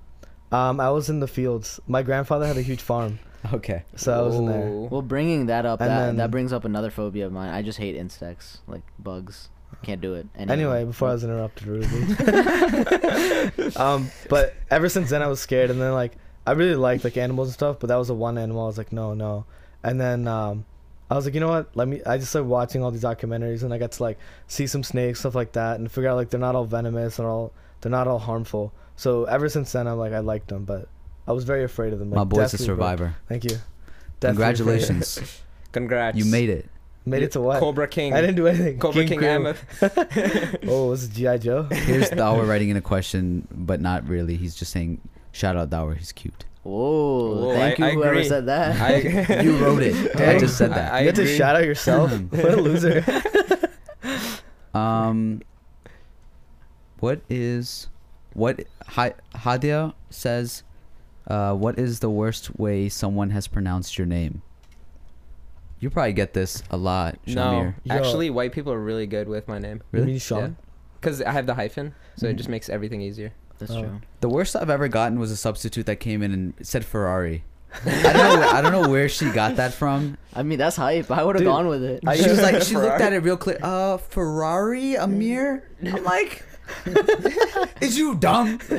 Um, I was in the fields. My grandfather had a huge farm,
Okay.
So I was in there.
Whoa.
Well, bringing that up,
And
that,
then-
that brings up another phobia of mine. I just hate insects, like bugs. Can't do it.
Anyway, before I was
<laughs>
interrupted rudely. <laughs> um, but ever since then, I was scared, and then like I really liked like animals and stuff, but that was the one animal I was like, no, no. And then um, I was like, you know what? Let me. I just started watching all these documentaries, and I got to like see some snakes, stuff like that, and figure out like they're not all venomous and all they're not all harmful. So ever since then, I'm like I liked them, but I was very afraid of them. Like,
My boy's a
deathly, bro.
survivor.
Thank you. Deathly afraid. <laughs>
Congratulations.
Congrats.
you made it.
Made it to what?
Cobra King.
I didn't do anything.
Cobra King,
Crew. <laughs>
Mammoth.
Oh, was it GI
<laughs>
Joe? <laughs>
Here's Dower writing in a question, but not really. He's just saying, shout out Dower. He's cute.
Whoa!
Whoa,
Oh, thank
I-
you,
I
whoever
agree.
said that. <laughs>
I-
You wrote it. <laughs> I
Dang.
just said that.
I
you had to
agree.
shout out yourself. what a loser.
<laughs>
Um, what is what Hi, Hadia says? Uh, what is the worst way someone has pronounced your name? You probably get this a lot,
No,
Shamir.
Yo.
actually, white people are really good with my name
You
Really?
mean Sean? Hmm.
because I have the hyphen, so it just makes everything easier.
That's
Oh.
true.
The worst I've ever gotten was a substitute that came in and said Ferrari. I don't know. I don't know where she got that from.
I mean, that's hype. I would have
Dude,
gone with it.
I-
She was like, <laughs> she looked at it real clear. Uh, Ferrari, Amir. I'm like, is you dumb?
<laughs>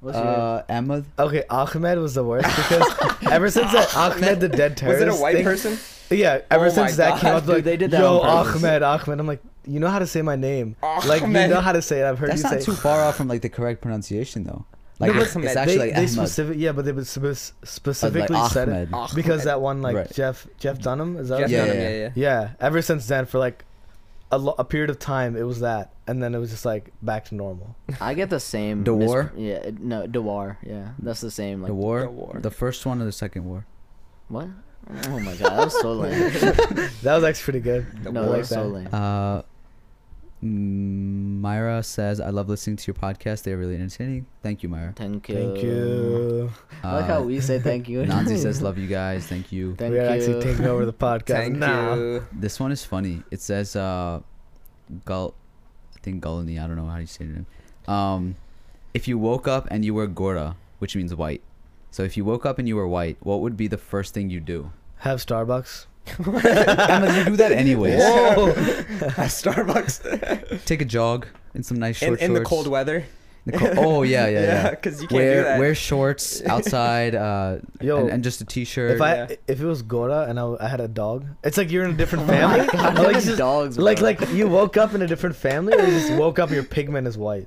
What's your-
Uh, Ahmed.
Okay, Ahmed was the worst because ever since
<laughs>
that Ahmed the dead
Was
terrorist.
it a white
thing- <laughs>
person?
Yeah, ever
Oh my
since that came
God,
out, like
dude, they did that
yo,
on purpose.
Ahmed, Ahmed. I'm like, you know how to say my name? Like you
Ahmed.
know how to say it. I've heard
That's
you
not
say.
too far off from like the correct pronunciation though. Like
but
it's, it's
Ahmed.
actually
they,
like
they
Ahmed.
specific, yeah, but they would spe- specifically said it
Ahmed.
because that one, like
Right.
Jeff, Jeff Dunham, is that?
Jeff
his name?
Dunham, yeah, yeah.
Yeah, ever since then, for like a, lo- a period of time, it was that, and then it was just like back to normal.
I get the same.
The
mis-
war?
yeah. it- No, Dewar. Yeah, that's the same. Like
the war, the
The war.
first one or the second war.
what? Oh my god, that was so lame.
That was actually pretty good.
no,
I
that
like
was so lame.
Uh, mm, Myra says, "I love listening to your podcast. They are really entertaining. Thank you, Myra."
Thank you.
Thank you.
Uh,
I like how we say
<laughs>
thank you.
Nancy
<laughs>
says, "Love you guys. Thank you."
Thank
we are
you.
actually taking over the podcast
Thank
now.
you.
This one is funny. It says, uh, Gul, I think Gulani, I don't know how you say it. Um, if you woke up and you were Gora, which means white. So if you woke up and you were white, what would be the first thing you do?
Have Starbucks.
Emma, you do that anyways.
Whoa! At
<laughs>
Starbucks
Take a jog in some nice
in,
short
in the
shorts.
cold weather.
The co- oh yeah,
<laughs>
yeah, yeah.
Because you can't
wear
do that.
wear
<laughs>
shorts outside, uh,
Yo,
and, and just a t-shirt.
If I
Yeah.
if it was Gora and I, I had a dog, it's like you're in a different
<laughs> Oh
family.
my god,
like,
those
just-
dogs.
like
bro.
like you woke up in a different family, or you just woke up your pigment is white.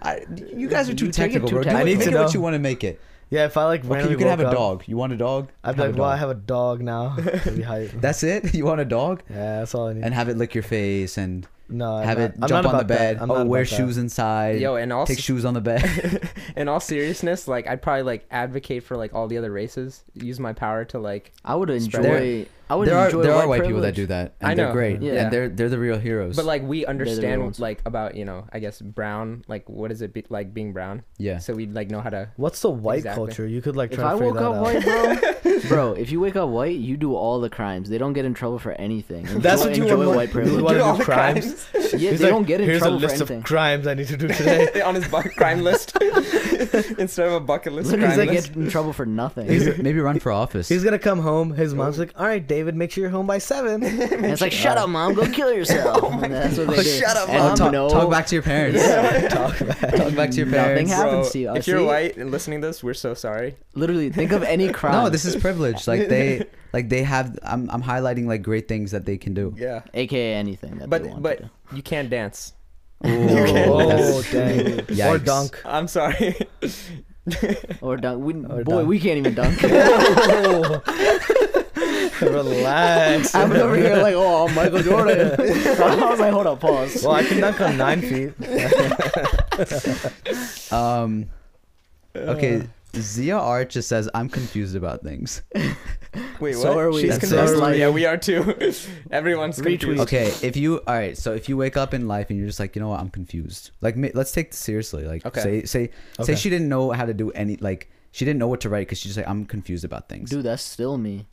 I- you guys are too
You take it
technical,
too
bro. Do it-
technical.
I need
make
to
it what
know.
you want to make it.
Yeah, if I like
Okay,
randomly
you can have
woke
a
up,
dog. You want a dog?
I'd be
Have a
like, well, I
dog.
have a
<laughs>
dog now. That'd be hype.
That's it. <laughs> You want a dog?
yeah, that's all I need.
And have it lick your face and
no, I'm
have
not-
it
I'm
jump
not
on the
about that.
bed.
I'm
Oh,
not
wear
about that.
shoes inside.
Yo, and also
take shoes on the
<laughs>
bed.
in all seriousness, like I'd probably like advocate for like all the other races. Use my power to like.
I would enjoy.
There-
I would
there are
enjoy
there are
white
white people that
privilege.
do that, and
I
they're
know.
great,
Yeah.
and they're they're the real heroes.
But like we
the
understand
ones.
like about you know I guess brown like what is it be, like being brown?
yeah,
So we'd like know how to.
What's the white
Exactly.
culture? You could like
If
try
I
to figure
woke
that
up
out.
white, bro, bro, if you wake up white, you do all the crimes. They don't get in trouble for anything.
That's
Enjoy-
what you
enjoy
want. more-
white
You
<laughs>
privilege.
want
Do
to
all
do
the
crimes.
Yeah,
He's
they
like,
don't get in
Here's
trouble
a
for
list
anything.
of crimes I need to do today.
<laughs> on his bu- crime
<laughs>
list instead of a bucket list.
Literally,
Crime
they
list.
get in trouble for nothing.
He's-
<laughs>
maybe, maybe run for office.
He's gonna come home. His mom's like, "All right, David, make sure you're home by <laughs>
<laughs>
7.
And it's like, "Oh." shut up, mom, go kill <laughs> yourself. And that's what they do.
Shut up,
And
Oh, talk,
no-
talk back to your parents.
<laughs>
Talk about.
Talk back to your
Nothing
parents.
happened. happens to you. I
If you're
see.
white and listening to this, we're so sorry.
Literally, think of any crime.
No, this is privilege. Like
<laughs>
they, like they have. I'm, I'm highlighting like great things that they can do.
Yeah.
AKA anything that they
But
want
but
to do.
you can't dance.
Oh, dang. <laughs> Or
Yikes.
dunk. <laughs>
<laughs>
I'm sorry.
Or dunk. We,
Or
boy,
dunk.
we can't
<laughs>
even dunk.
Relax.
I was over here like, oh, I'm Michael
<laughs>
Jordan. I was like, hold up, pause.
Well, I can dunk on nine feet.
Um, okay. Zia Art just says I'm confused about
<laughs>
things.
Wait, what?
So are we.
She's
That's
confused.
our life.
Yeah, we are too. <laughs> Everyone's confused.
Okay, if you all right, so if you wake up in life and you're just like, you know what, I'm confused. Like, ma- let's take this seriously. Like,
Okay.
say say say
Okay.
she didn't know how to do any like she didn't know what to write because she's like, I'm confused about things.
Dude, that's still me.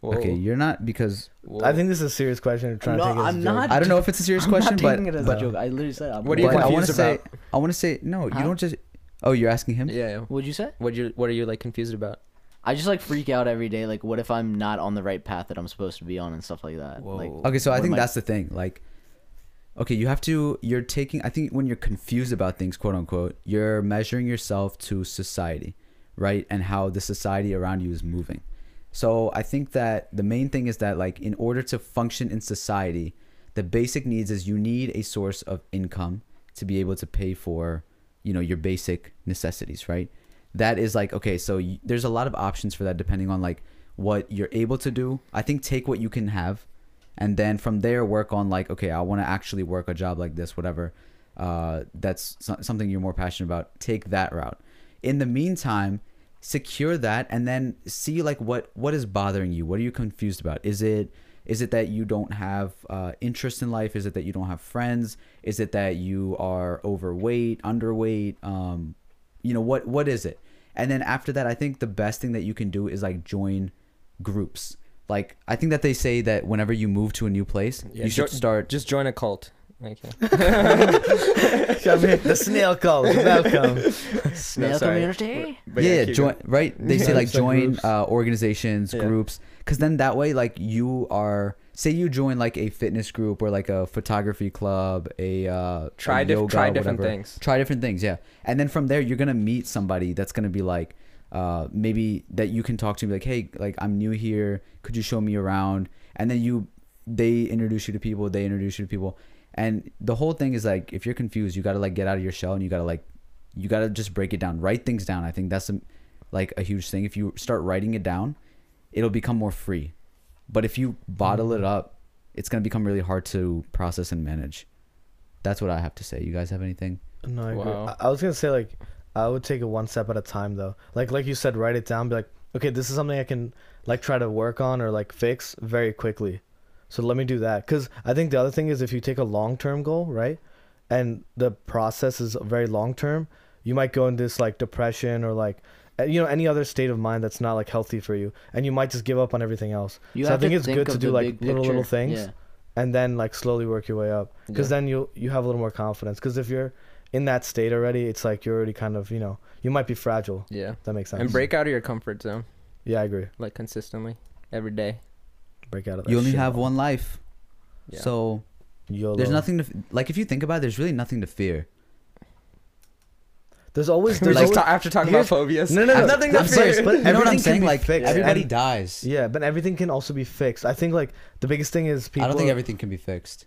Whoa,
Okay, you're not because
whoa.
I think this is a serious question. I'm trying
No,
to take it as
I'm
a
not.
<laughs> joke.
I don't know if it's a serious
I'm
question,
not
but
taking it as
but
a joke. I literally said, I'm
What do you
But
white.
I
confused
want to say,
about?
I want to say, no, you
Huh?
don't just. Oh, you're asking him?
Yeah. yeah.
Would you say?
What you What are you like confused about?
I just like freak out every day. Like, what if I'm not on the right path that I'm supposed to be on and stuff like that? Like,
Whoa.
Okay, so I
what
think
am
that's the thing. Like, okay, you have to. You're taking. I think when you're confused about things, quote unquote, you're measuring yourself to society, right? And how the society around you is moving. So I think that the main thing is that like in order to function in society, the basic needs is you need a source of income to be able to pay for, you know, your basic necessities, right? That is like okay, so y there's a lot of options for that depending on like what you're able to do. I think take what you can have and then from there work on like okay i want to actually work a job like this whatever uh, that's so- something you're more passionate about take that route in the meantime secure that and then see like what what is bothering you what are you confused about is it is it that you don't have uh, interest in life is it that you don't have friends is it that you are overweight underweight um, you know what what is it and then after that i think the best thing that you can do is like join groups like i think that they say that whenever you move to a new place
Yeah,
you should
jo-
start
Just join a cult. Okay.
I mean, the snail cult. Welcome.
Snail
No, sorry.
community?
But
yeah,
keep
join right
<laughs>
they say
Yeah,
like
it's like
join
groups.
uh, organizations
Yeah.
groups because then that way like you are say you join like a fitness group or like a photography club a uh
Try
a
diff-
yoga,
try different
whatever.
things.
try different things yeah and then from there you're gonna meet somebody that's gonna be like uh maybe that you can talk to and be like hey like i'm new here could you show me around and then you they introduce you to people they introduce you to people and the whole thing is like if you're confused you gotta like get out of your shell and you gotta like you gotta just break it down write things down i think that's a, like a huge thing if you start writing it down it'll become more free but if you bottle it up it's gonna become really hard to process and manage that's what i have to say you guys have anything
No, I, agree.
Wow.
I, I was gonna say like I would take it one step at a time though. Like like you said, write it down. Be like, okay, this is something I can like try to work on or like fix very quickly. So let me do that because I think the other thing is if you take a long term goal, right, and the process is very long term, you might go in this like depression or like uh, you know any other state of mind that's not like healthy for you, and you might just give up on everything else.
You
so I
have to
think it's
think
good to
of
do
the
like
big
little little
picture.
things
Yeah.
and then like slowly work your way up because then you you have a little more confidence because if you're in that state already it's like you're already kind of you know you might be fragile
Yeah.
that makes sense
And break out of your comfort zone
yeah i agree
like consistently every day.
break out of that
you only
shit.
have one life
Yeah.
so
YOLO.
there's nothing to f- like if you think about it there's really nothing to fear
there's
<laughs>
always
We're
there's always,
just ta- after talking about
here's-
phobias.
no no no
I'm-
nothing to
I'm
fear,
serious,
but
you know what i'm
everything can
saying
be
like
fixed,
everybody
and-
dies
yeah but everything can also be fixed i think like the biggest thing is people
i don't think everything can be fixed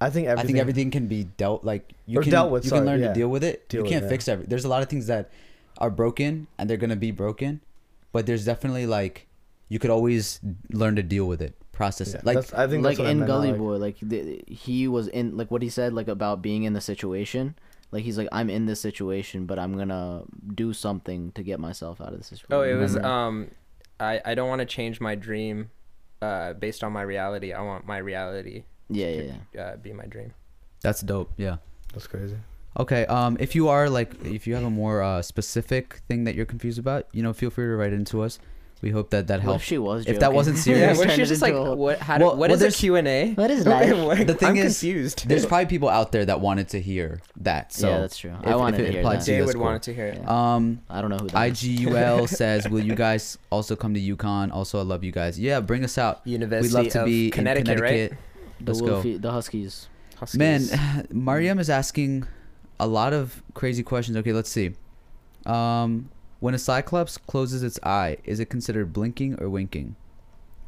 i think everything,
I think everything can be dealt like you
Or
can
dealt with,
you
sorry,
can learn
yeah.
to deal with it.
Deal
you
with
can't
it,
fix every. There's a lot of things that are broken and they're gonna be broken, but there's definitely like you could always learn to deal with it, process
yeah,
it. Like
that's, i think
like
that's what I
in
meant,
Gully
like-
Boy, like the, he was in like what he said like about being in the situation. Like he's like I'm in this situation, but I'm gonna do something to get myself out of the situation.
Oh, it was
Remember?
um, I I don't want to change my dream, uh, based on my reality. I want my reality
yeah, yeah, yeah.
to uh, be my dream.
that's dope. Yeah.
that's crazy
Okay. Um, if you are like, if you have a more uh, specific thing that you're confused about, you know, feel free to write into us. We hope that that
What if
helps.
she was?
If
Joking?
that
<laughs>
wasn't serious- Yeah,
Yeah,
it's
which
<laughs>
Turned
is
it
just like
into a-
what? How,
Well-
well, what
well,
is a
there's-
Q and A?
What is life?
The thing
I'm
is,
confused.
There's probably people out there that wanted to hear that. So
Yeah, that's true. I
if-
wanted
if
to
it
hear
applied
that.
you,
Jay
that's
would
cool.
want to hear it.
Yeah.
Um,
<laughs>
I don't know who that is.
IGUL says, "Will you guys also come to UConn? Also, I love you guys. Yeah, bring us out.
University
We'd love to
of
be
Connecticut,
in
right?
Connecticut.
The
Let's go,
Wolfie- the Huskies.
Huskies.
man. <laughs> Mariam is asking a lot of crazy questions. Okay, let's see. Um, when a cyclops closes its eye, is it considered blinking or winking?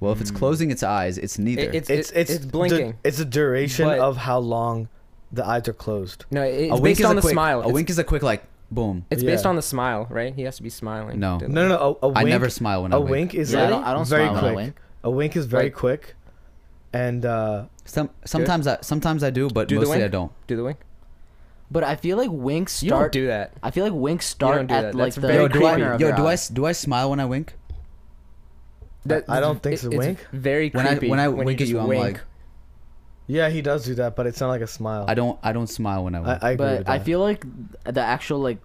Well, if it's closing its eyes, it's neither.
It- it's,
it's it's
it's
du-
blinking.
it's a duration
But-
of how long the eyes are closed
no, it-
a
it's
wink
based
is
on
a
the
quick,
smile.
A
It's-
wink is a quick like boom.
It's based
Yeah.
on the smile, right? He has to be smiling.
No.
to-
no no no a, a
I
wink,
never smile when I
a
wink.
wink is
Yeah, I
like
don't- I don't
very
smile when I
quick
wink.
a wink is very
Like-
quick and uh
Some, sometimes I sometimes I do, but
Do the
mostly
wink?
I don't.
Do the wink?
But I feel like winks
You don't
start.
do that.
I feel like winks start
do
at
that.
like
That's
the
very
Yo, do I,
corner of
yo,
your
do I
eye.
s- do I smile when I wink?
That-
I don't think so.
it's
Wink?
Very
When I
creepy.
when I
you
wink at
just
you, I'm
wink.
like
Yeah, he does do that, but it's not like a smile.
I don't I don't smile when I wink.
I, I agree with
But I
that.
feel like the actual like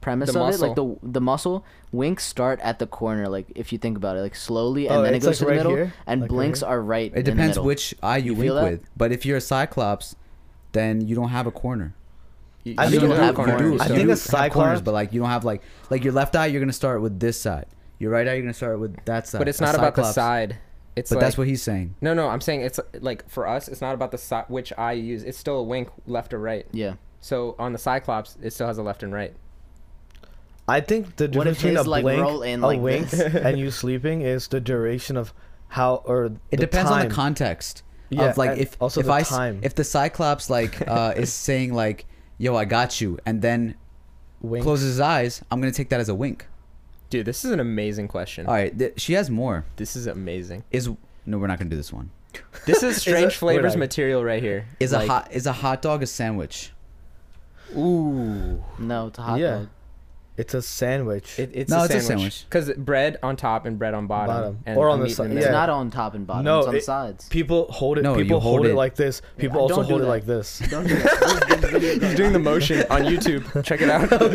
premise
The
of it, like the the muscle winks start at the corner. Like if you think about it, like slowly, and
Oh,
then it
it's, like,
goes to the
right
middle,
here?
and
Like, right
blinks
here?
are right.
It
in the
depends
middle.
which eye you, wink
feel that?
with. But if you're a Cyclops, then you don't have a corner.
You,
I
you
think
don't
you
have
you
corners,
do-
I
you
think
do
a
have
side
corners,
clock-
but like you don't have like like your left eye. You're gonna start with this side. Your right eye. You're gonna start with that side.
but it's
A
not about the
cyclops.
side. It's
But
like,
that's what he's saying.
No, no, I'm saying it's like for us, it's not about the si- which eye you use. It's still a wink, left or right.
Yeah.
So on the Cyclops, it still has a left and right.
I think the
What
difference
if
between a
his, like,
blink,
roll in
a
like
wink,
this?
<laughs> and you sleeping is the duration of how or
It
the
depends on
time.
the context
Yeah,
of like
and
if
also
if
the
I s-
time.
if the Cyclops
<laughs>
like uh, is saying like yo I got you and then
Wink.
closes his eyes. I'm gonna take that as a wink.
Dude, this is an amazing question.
All right, th- she has more.
This
<laughs>
is amazing.
Is no, we're not gonna do this one.
This is strange
wait,
flavors
I-
material right here.
Is
Like,
a hot is a hot dog a sandwich?
Ooh,
No, it's a hot
Yeah.
dog.
It's a sandwich.
it, it's
No,
a
it's a
sandwich. Because bread on top and bread on bottom,
Bottom.
And
Or on the
meat in
side,
middle.
It's
Yeah.
not on top and bottom.
No,
it's on
it- <laughs>
sides.
people hold it.
No, you
people hold,
hold
it.
it.
like this. People also
don't do
hold it
that.
like this.
Don't do that.
<laughs> He's doing
<laughs>
the motion on YouTube. Check it out.
Oh,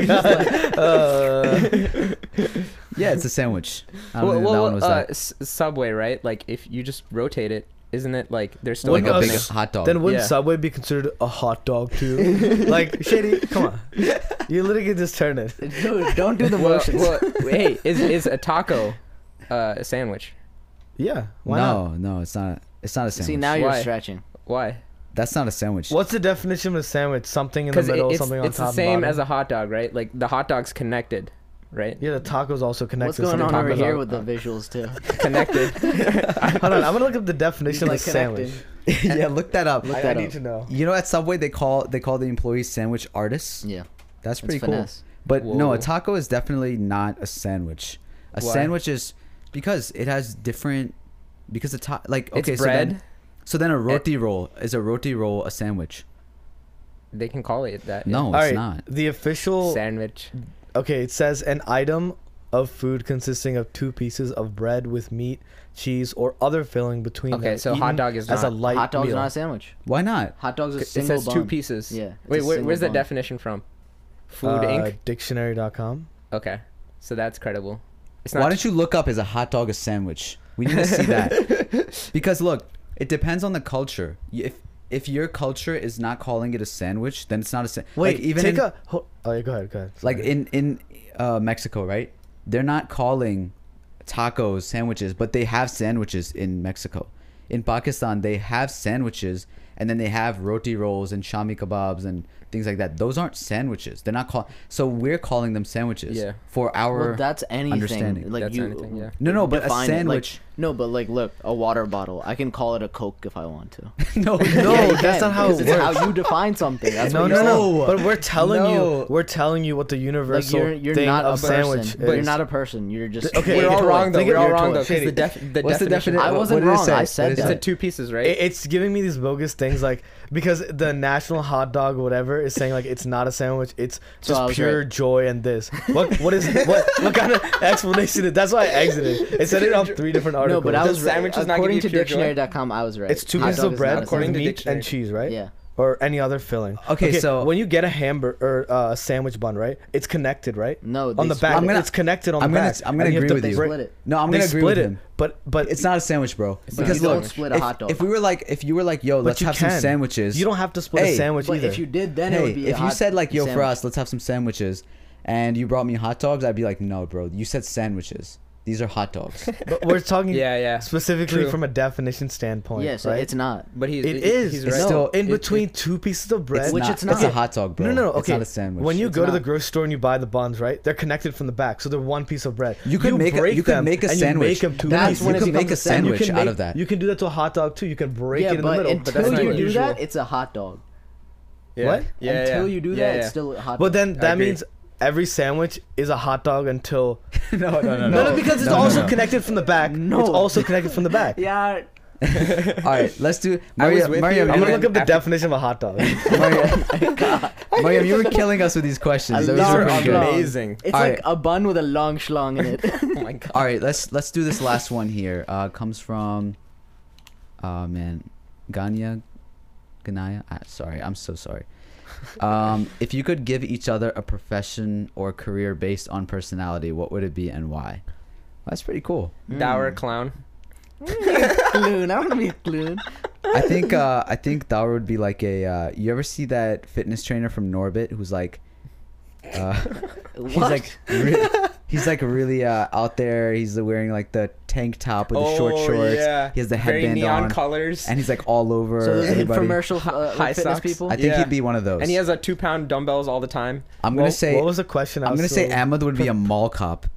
uh,
Yeah, it's a sandwich. I don't
<laughs> well,
think that
well,
one was
uh,
that.
S- Subway, right? Like if you just rotate it, isn't it like there's still
Like
like
a
a
big
big
us-
hot dog.
then wouldn't
Yeah.
Subway be considered a hot dog
<laughs>
too? like shady. Come on, you literally can just turn it.
Dude, <laughs> don't
<laughs>
do the
well,
motions.
well, hey, is is a taco uh, a sandwich?
Yeah. Why not?
no, no, it's not. It's not a sandwich.
See, now you're
Why?
stretching.
Why?
That's not a sandwich.
What's the definition of a sandwich? Something in the
Because
middle,
it's,
something on
it's
top.
the same
and
as
bottom.
a hot dog, right? Like the hot dog's connected, right?
Yeah, the taco's also connected.
What's going
Something
on over
tacos
here
are-
with the visuals too?
<laughs>
Connected.
<laughs>
Hold on, I'm gonna look up the definition of
Like
a sandwich.
<laughs>
connecting.
yeah, look that up.
Look
I, I
that
need
up.
to know.
You know, at Subway they call they call the employees sandwich artists.
Yeah,
That's
it's
pretty cool.
finesse.
But no,
Whoa.
a taco is definitely not a sandwich. A
Why?
sandwich is because it has different because the ta- like okay
it's
so
bread.
then so then a roti roll is a roti roll a sandwich?
they can call it that.
No,
All
it's
right,
not.
the
yeah.
official.
Sandwich.
okay, it says an item of food consisting of two pieces of bread with meat, cheese, or other filling between.
Okay,
them,
so hot
eaten
dog is
as
not-
a light
Hot dog's
meal.
not a sandwich.
Why not?
Hot dog's a
It
single
says
bun.
two pieces.
Yeah, it's
Wait,
a
where,
single
where's that
bun.
definition from? Food
uh,
Inc.
Dictionary.com.
Okay, so that's credible. It's
Why don't you look up is a hot dog a sandwich? We need to see that. because look, it depends on the culture. Y- If if your culture is not calling it a sandwich, then it's not a sandwich.
Wait,
even
take
in,
a. Ho- oh, yeah, go ahead, go ahead.
like
Sorry.
in in uh, Mexico, right? They're not calling tacos sandwiches, but they have sandwiches in Mexico. In Pakistan, they have sandwiches, and then they have roti rolls and shami kebabs and things like that. Those aren't sandwiches. They're not called. So we're calling them sandwiches
Yeah.
for our. <laughs>
Well, that's anything.
understanding.
Like
That's
you,
anything, yeah.
No, no, but a
define it, like-
sandwich-
no, but like, look, a water bottle. I can call it a Coke if I want to. <laughs>
no,
No,
Yeah, you
that's
can,
not how
because
it
it's
works.
how you define something. That's
no,
what
no,
you're
no,
No.
But we're telling
No.
you, we're telling you what the
Like
universal
you're, you're
thing
not a
of sandwich.
person. You're
is.
not a person. You're just.
Okay,
We're all
you're
wrong
right.
though.
Think it-
We're all
you're
wrong though.
correct.
Because the
Shady.
def- the
What's the
definition.
defini-
I
what
wasn't
did it
wrong,
say?
I
What
said
did it
It's
that.
say?
a two pieces, right?
It- It's giving me these bogus things, like because the national hot dog, whatever, is saying like it's not a sandwich. It's
So I
just
was
pure
right.
joy and this. What what is what what kind of explanation is? That's why I exited.
<laughs>
It said it on three different
No,
articles.
but I
Does
was right.
sandwiches not give
According
you
to
pure joy?
dictionary.com, I was right.
it's two
Hot
pieces
dog
of
is not
bread,
a
according
according
meat
to
sandwich.
and
dictionary.
cheese, right?
Yeah.
Or any other filling.
Okay, so-
when you get a hamburger or uh, a sandwich bun, right? It's connected, right?
No,
on
they
the
split
back,
it. I'm gonna-
it's connected on
I'm
the
gonna-
back.
I'm gonna
and you have
agree
to
with you.
break-
Split it.
No, I'm
they
gonna agree
split
with
it,
him.
But but
It's not a sandwich, bro.
not
because
a
look,
sandwich.
Split a
if,
hot dog.
if we were like, if you were like, yo,
but
let's
you
have some
can.
sandwiches.
You don't have to split
Hey,
a sandwich
But
either.
if you did, then it
hey,
would be. a
if you
hot
said like, yo, for
sandwich.
us, let's have some sandwiches, and you brought me hot dogs, I'd be like, no, bro, you said sandwiches. These are hot dogs.
<laughs> But we're talking
Yeah, yeah.
specifically
True.
from a definition standpoint.
Yeah, so
right?
it's not.
But he's
It
he-
is.
He's right.
it's
No,
still in
it-
between two pieces of bread.
It's
Which
not,
it's not.
It's a hot dog, bro.
No, no, no.
It's
Okay.
not a sandwich.
When you
It's
go to the
not.
grocery store and you buy the buns, right? They're connected from the back, so they're one piece of bread.
You could make a-
break
you could
them
make a
and you
sandwich.
make 'em two
That's
pieces.
when it
You can
becomes
make
a
a sandwich
sandwich out
make-
of <laughs> that.
You can do that to a hot dog too. You can break
Yeah,
it in the
but
middle.
until
that's not
you
what
do
usual.
that, it's a hot dog.
Yeah.
What?
Yeah,
until
yeah.
you do
Yeah,
that,
yeah.
it's still a hot dog.
But then that
agree.
means every sandwich is a hot dog until
no, no, no,
no, no, because it's
No, no,
also
no.
connected from the back.
No.
It's also connected from
<laughs>
the back.
yeah,
<laughs>
All right, let's do.
I was
Maria,
with
Maria,
you,
I'm
and
gonna
then
look up the
after-
definition of a hot dog. <laughs>
Maria, you were killing us with these questions. Those
love
were
it.
pretty good.
Love
<laughs>
amazing.
It's
Alright.
like a bun with a long schlong in it. <laughs>
Oh my <laughs> god.
All right, let's let's do this last one here. Uh, comes from, uh, man, Ganya, Ganaya. Ah, sorry, I'm so sorry.
<laughs>
Um, if you could give each other a profession or career based on personality, what would it be and why? That's pretty cool.
Dour clown.
Clune. I want to be a clune.
I
<laughs>
think uh, I think Dara would be like a. Uh, you ever see that fitness trainer from Norbit who's like, uh, <laughs> he's
What?
like, re- he's like really uh, out there. He's wearing like the tank top with the short shorts. He has the
Oh, Very
headband
neon
on,
colors.
and he's like all over
so there's an
everybody.
infomercial for, uh,
High
like, fitness
socks.
people.
I think
Yeah.
he'd be one of those.
and he has a two pound dumbbells all the time.
I'm gonna
What-
say.
What was the question? I
I'm
was
gonna say
so-
Ahmed would be a mall cop.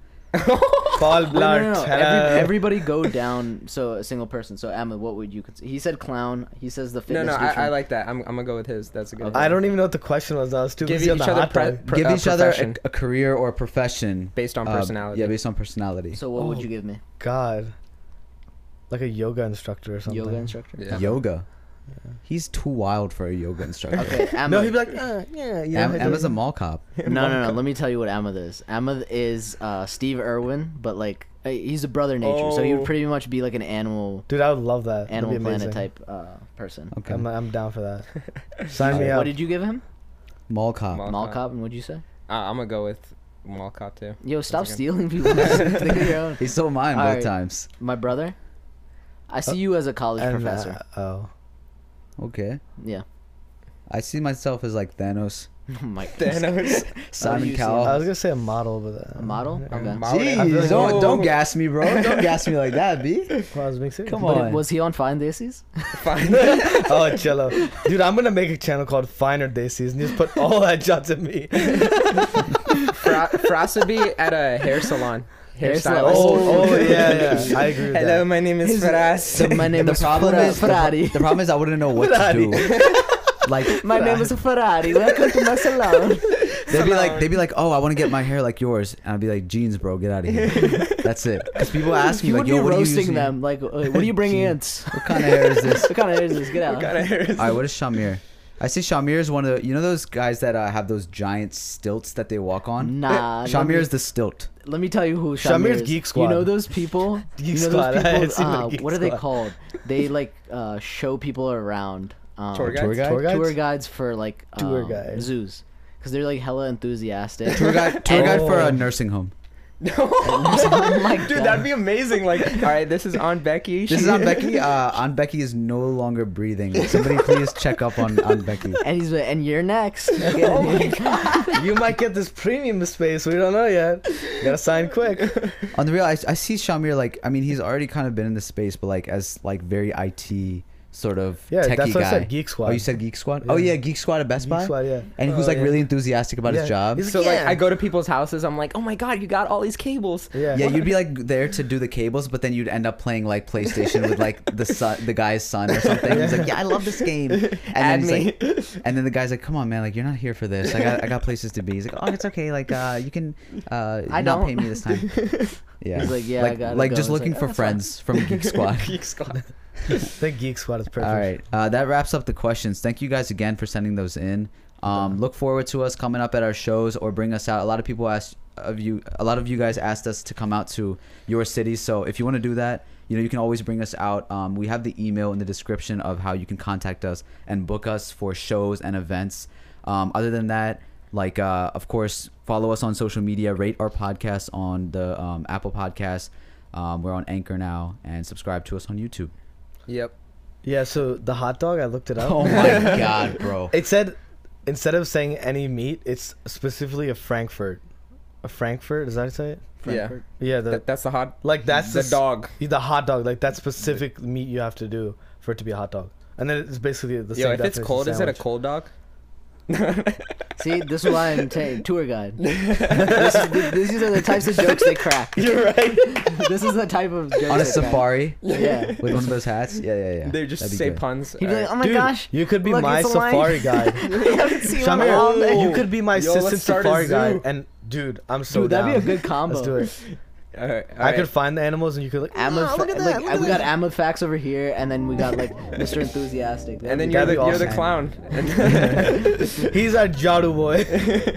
Paul
Wait, no,
Blart.
no, no.
hello.
Every, everybody go down. So a single person. So Emma, what would you consider? He said clown. He says the
No,
fitness.
no,
dude from-
I, I like that. I'm, I'm gonna go with his. That's a good.
I don't even know what the question was. I was too
give
busy
each
on the
other
hot
pre-
dog.
pre-
Give
uh,
each other a,
profession
a career or a profession
based on
uh,
personality.
yeah, based on personality.
So what would
Oh.
you give me?
God, like a yoga instructor or something.
Yoga instructor.
Yeah.
Yoga. He's too wild for a yoga instructor.
<laughs> Okay,
<laughs>
Emma.
No, he'd be like, uh, yeah, you know,
Am-
I do
Emma's a
it."
mall cop.
<laughs> no, no, no. Let me tell you what Ahmed is. Ahmed is uh, Steve Irwin, but like uh, he's a brother nature, so he
Oh.
would pretty much be like an animal,
Dude, I would love that. That'd be
animal
amazing.
planet type uh, person.
Okay.
I'm, I'm down for that. Sign me
What
up.
did you give him?
mall cop.
Mall
Mall
cop.
cop, and what'd you say?
Uh, I'm gonna go with mall cop too.
Yo, stop
good.
stealing people. Think of your own.
He stole mine
All
both
right.
times.
My brother. I see you as a college
And, uh,
professor.
oh,
Okay.
yeah. <laughs>
I see myself as like Thanos,
Oh my God.
<laughs> Thanos.
Simon
you see
I
Cowell.
was gonna say a model, but uh,
Oh. A model?
yeah.
Okay.
Mao- I feel
Jeez,
like-
don't, don't
Whoa.
gas me, bro. Don't gas me like that, B.
Well, I was being <laughs> serious.
Come
But
on.
was he on Fine Daisies?
Fine.
oh, cello, dude, I'm gonna make a channel called Finer Daisies and just put all <laughs> that shots at me.
<laughs> Fra- Frasabi at a <laughs> hair salon.
Hair
Hairstylist.
Oh, <laughs> oh yeah, yeah. I agree with
Hello,
that.
my name is Fras.
My
<laughs>
name
the
is
problem
Ferra-
is the, <laughs>
Ferrari.
the problem is I wouldn't know what to do. Like
<laughs> My name is Ferrari. Welcome to my salon.
they'd be like they'd be like, oh, I want to get my hair like yours, and I'd be like, jeans, bro, get out of
<laughs>
here. That's it. Because people ask me
You
like,
would
yo,
be
what are you
roasting
using?
them. Like, uh, what are you bringing in?
What kind of hair is
<laughs>
this?
what kind of hair is this? Get out.
Got a hair.
All right, what is Shamir? I see Shamir is one of the you know those guys that uh, have those giant stilts that they walk on.
Nah. let
Shamir
me-
is the stilt.
Let me tell you who Shamir
Shamir's
is.
Geek Squad.
You know those people?
Geek
you know
Squad, I
those
had
people?
seen the
uh,
Geek
what are they
Squad.
called? They like uh, show people around. Um,
Tour guides?
Tour guide.
Uh, Tour guide?
Tour guides for like um,
Tour guide.
zoos. Because they're like hella enthusiastic.
Tour
<laughs>
guide. Tour guide for a
Oh.
nursing home.
Oh my
Dude,
God.
that'd be amazing. Like, <laughs> all right, this is on Becky.
This
She- <laughs>
is on Becky. Uh, on Becky is no longer breathing. Somebody please check up on on Becky.
And he's like, and
<laughs>
you're next. oh <laughs> my God.
you might get this premium space. We don't know yet. Gotta sign
<laughs>
quick.
On the real, I, I see Shamir like I mean he's already kind of been in the space, but like as like very IT sort of
Yeah,
techie
that's what
guy.
I said. Geek Squad.
Oh, you said Geek Squad. Oh yeah, Geek Squad at Best
Geek
Buy.
Squad, yeah.
And who's
Oh,
like
yeah.
really enthusiastic about his
Yeah.
job.
He's
So like,
Yeah.
I go to people's houses. I'm like, oh my god, you got all these cables.
Yeah.
Yeah, you'd be like there to do the cables, but then you'd end up playing like PlayStation with like the son, the guy's son or something. He's like, "Yeah, I love this game." And then
Add
he's
me.
like, and then the guy's like, "Come on, man! Like, you're not here for this. I got, I got places to be." He's like, "Oh, it's okay. Like, uh, you can, uh,
I
not
don't."
pay me this time." Yeah.
He's like, "Yeah, I
like,
gotta
like
go."
just
It's
looking
like,
for friends from Geek Squad.
Geek Squad.
<laughs> The Geek Squad is perfect.
All right, uh, that wraps up the questions. Thank you guys again for sending those in. Um, look forward to us coming up at our shows or bring us out. A lot of people asked of you. A lot of you guys asked us to come out to your city. So if you want to do that, you know you can always bring us out. Um, we have the email in the description of how you can contact us and book us for shows and events. Um, other than that, like uh, of course, follow us on social media. Rate our podcast on the um, Apple Podcast. Um, we're on Anchor now, and subscribe to us on YouTube.
Yep.
Yeah. So the hot dog, I looked it up. <laughs>
Oh my god, bro!
It said instead of saying any meat, it's specifically a Frankfurt. A Frankfurt? Is that how you say it?
Yeah.
Yeah. The,
That, that's the hot.
like that's
the
s-
dog.
The hot dog. Like that specific meat you have to do for it to be a hot dog. And then it's basically the
Yo,
same.
if it's
definition as
cold, is it a
sandwich.
cold dog?
See, this is why I'm saying
<laughs>
tour guide. this is, th- these are the types of jokes they crack.
You're right.
this is the type of jokes
on a
they
<laughs>
crack.
safari
Yeah.
with one of those hats. Yeah, yeah, yeah.
They just
That'd be
say
good.
puns.
He'd be like,
Alright.
oh my
Dude,
gosh.
you could be
look,
my
it's a lion."
safari guy.
<laughs> We haven't seen him
Shamir,
all day.
you could be my
Yo, let's
assistant
start a
safari guy.
zoo.
And dude, I'm so
Dude, that'd be a
down.
good
<laughs>
combo.
Let's do it.
Alright,
I
alright.
could find the animals, and you could like.
Amma
"Ah,
fa-
look at
like,
that! look at
we
that."
got Amma facts over here, and then we got like Mr. Enthusiastic.
And then
you
you're the
That'd be
you're the
awesome. <laughs>
clown. <laughs>
He's our Jadu boy,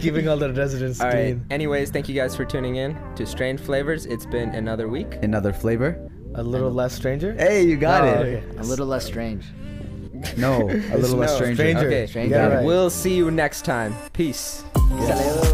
keeping all the residents
All right.
clean.
Anyways, thank you guys for tuning in to Strange Flavors. It's been another week.
another flavor.
A little less stranger.
Hey, you got
Oh,
it.
okay.
a little less strange.
No, a little less
no,
stranger.
stranger.
Okay.
Stranger.
You got it right.
We'll see you next time. Peace.
Hello.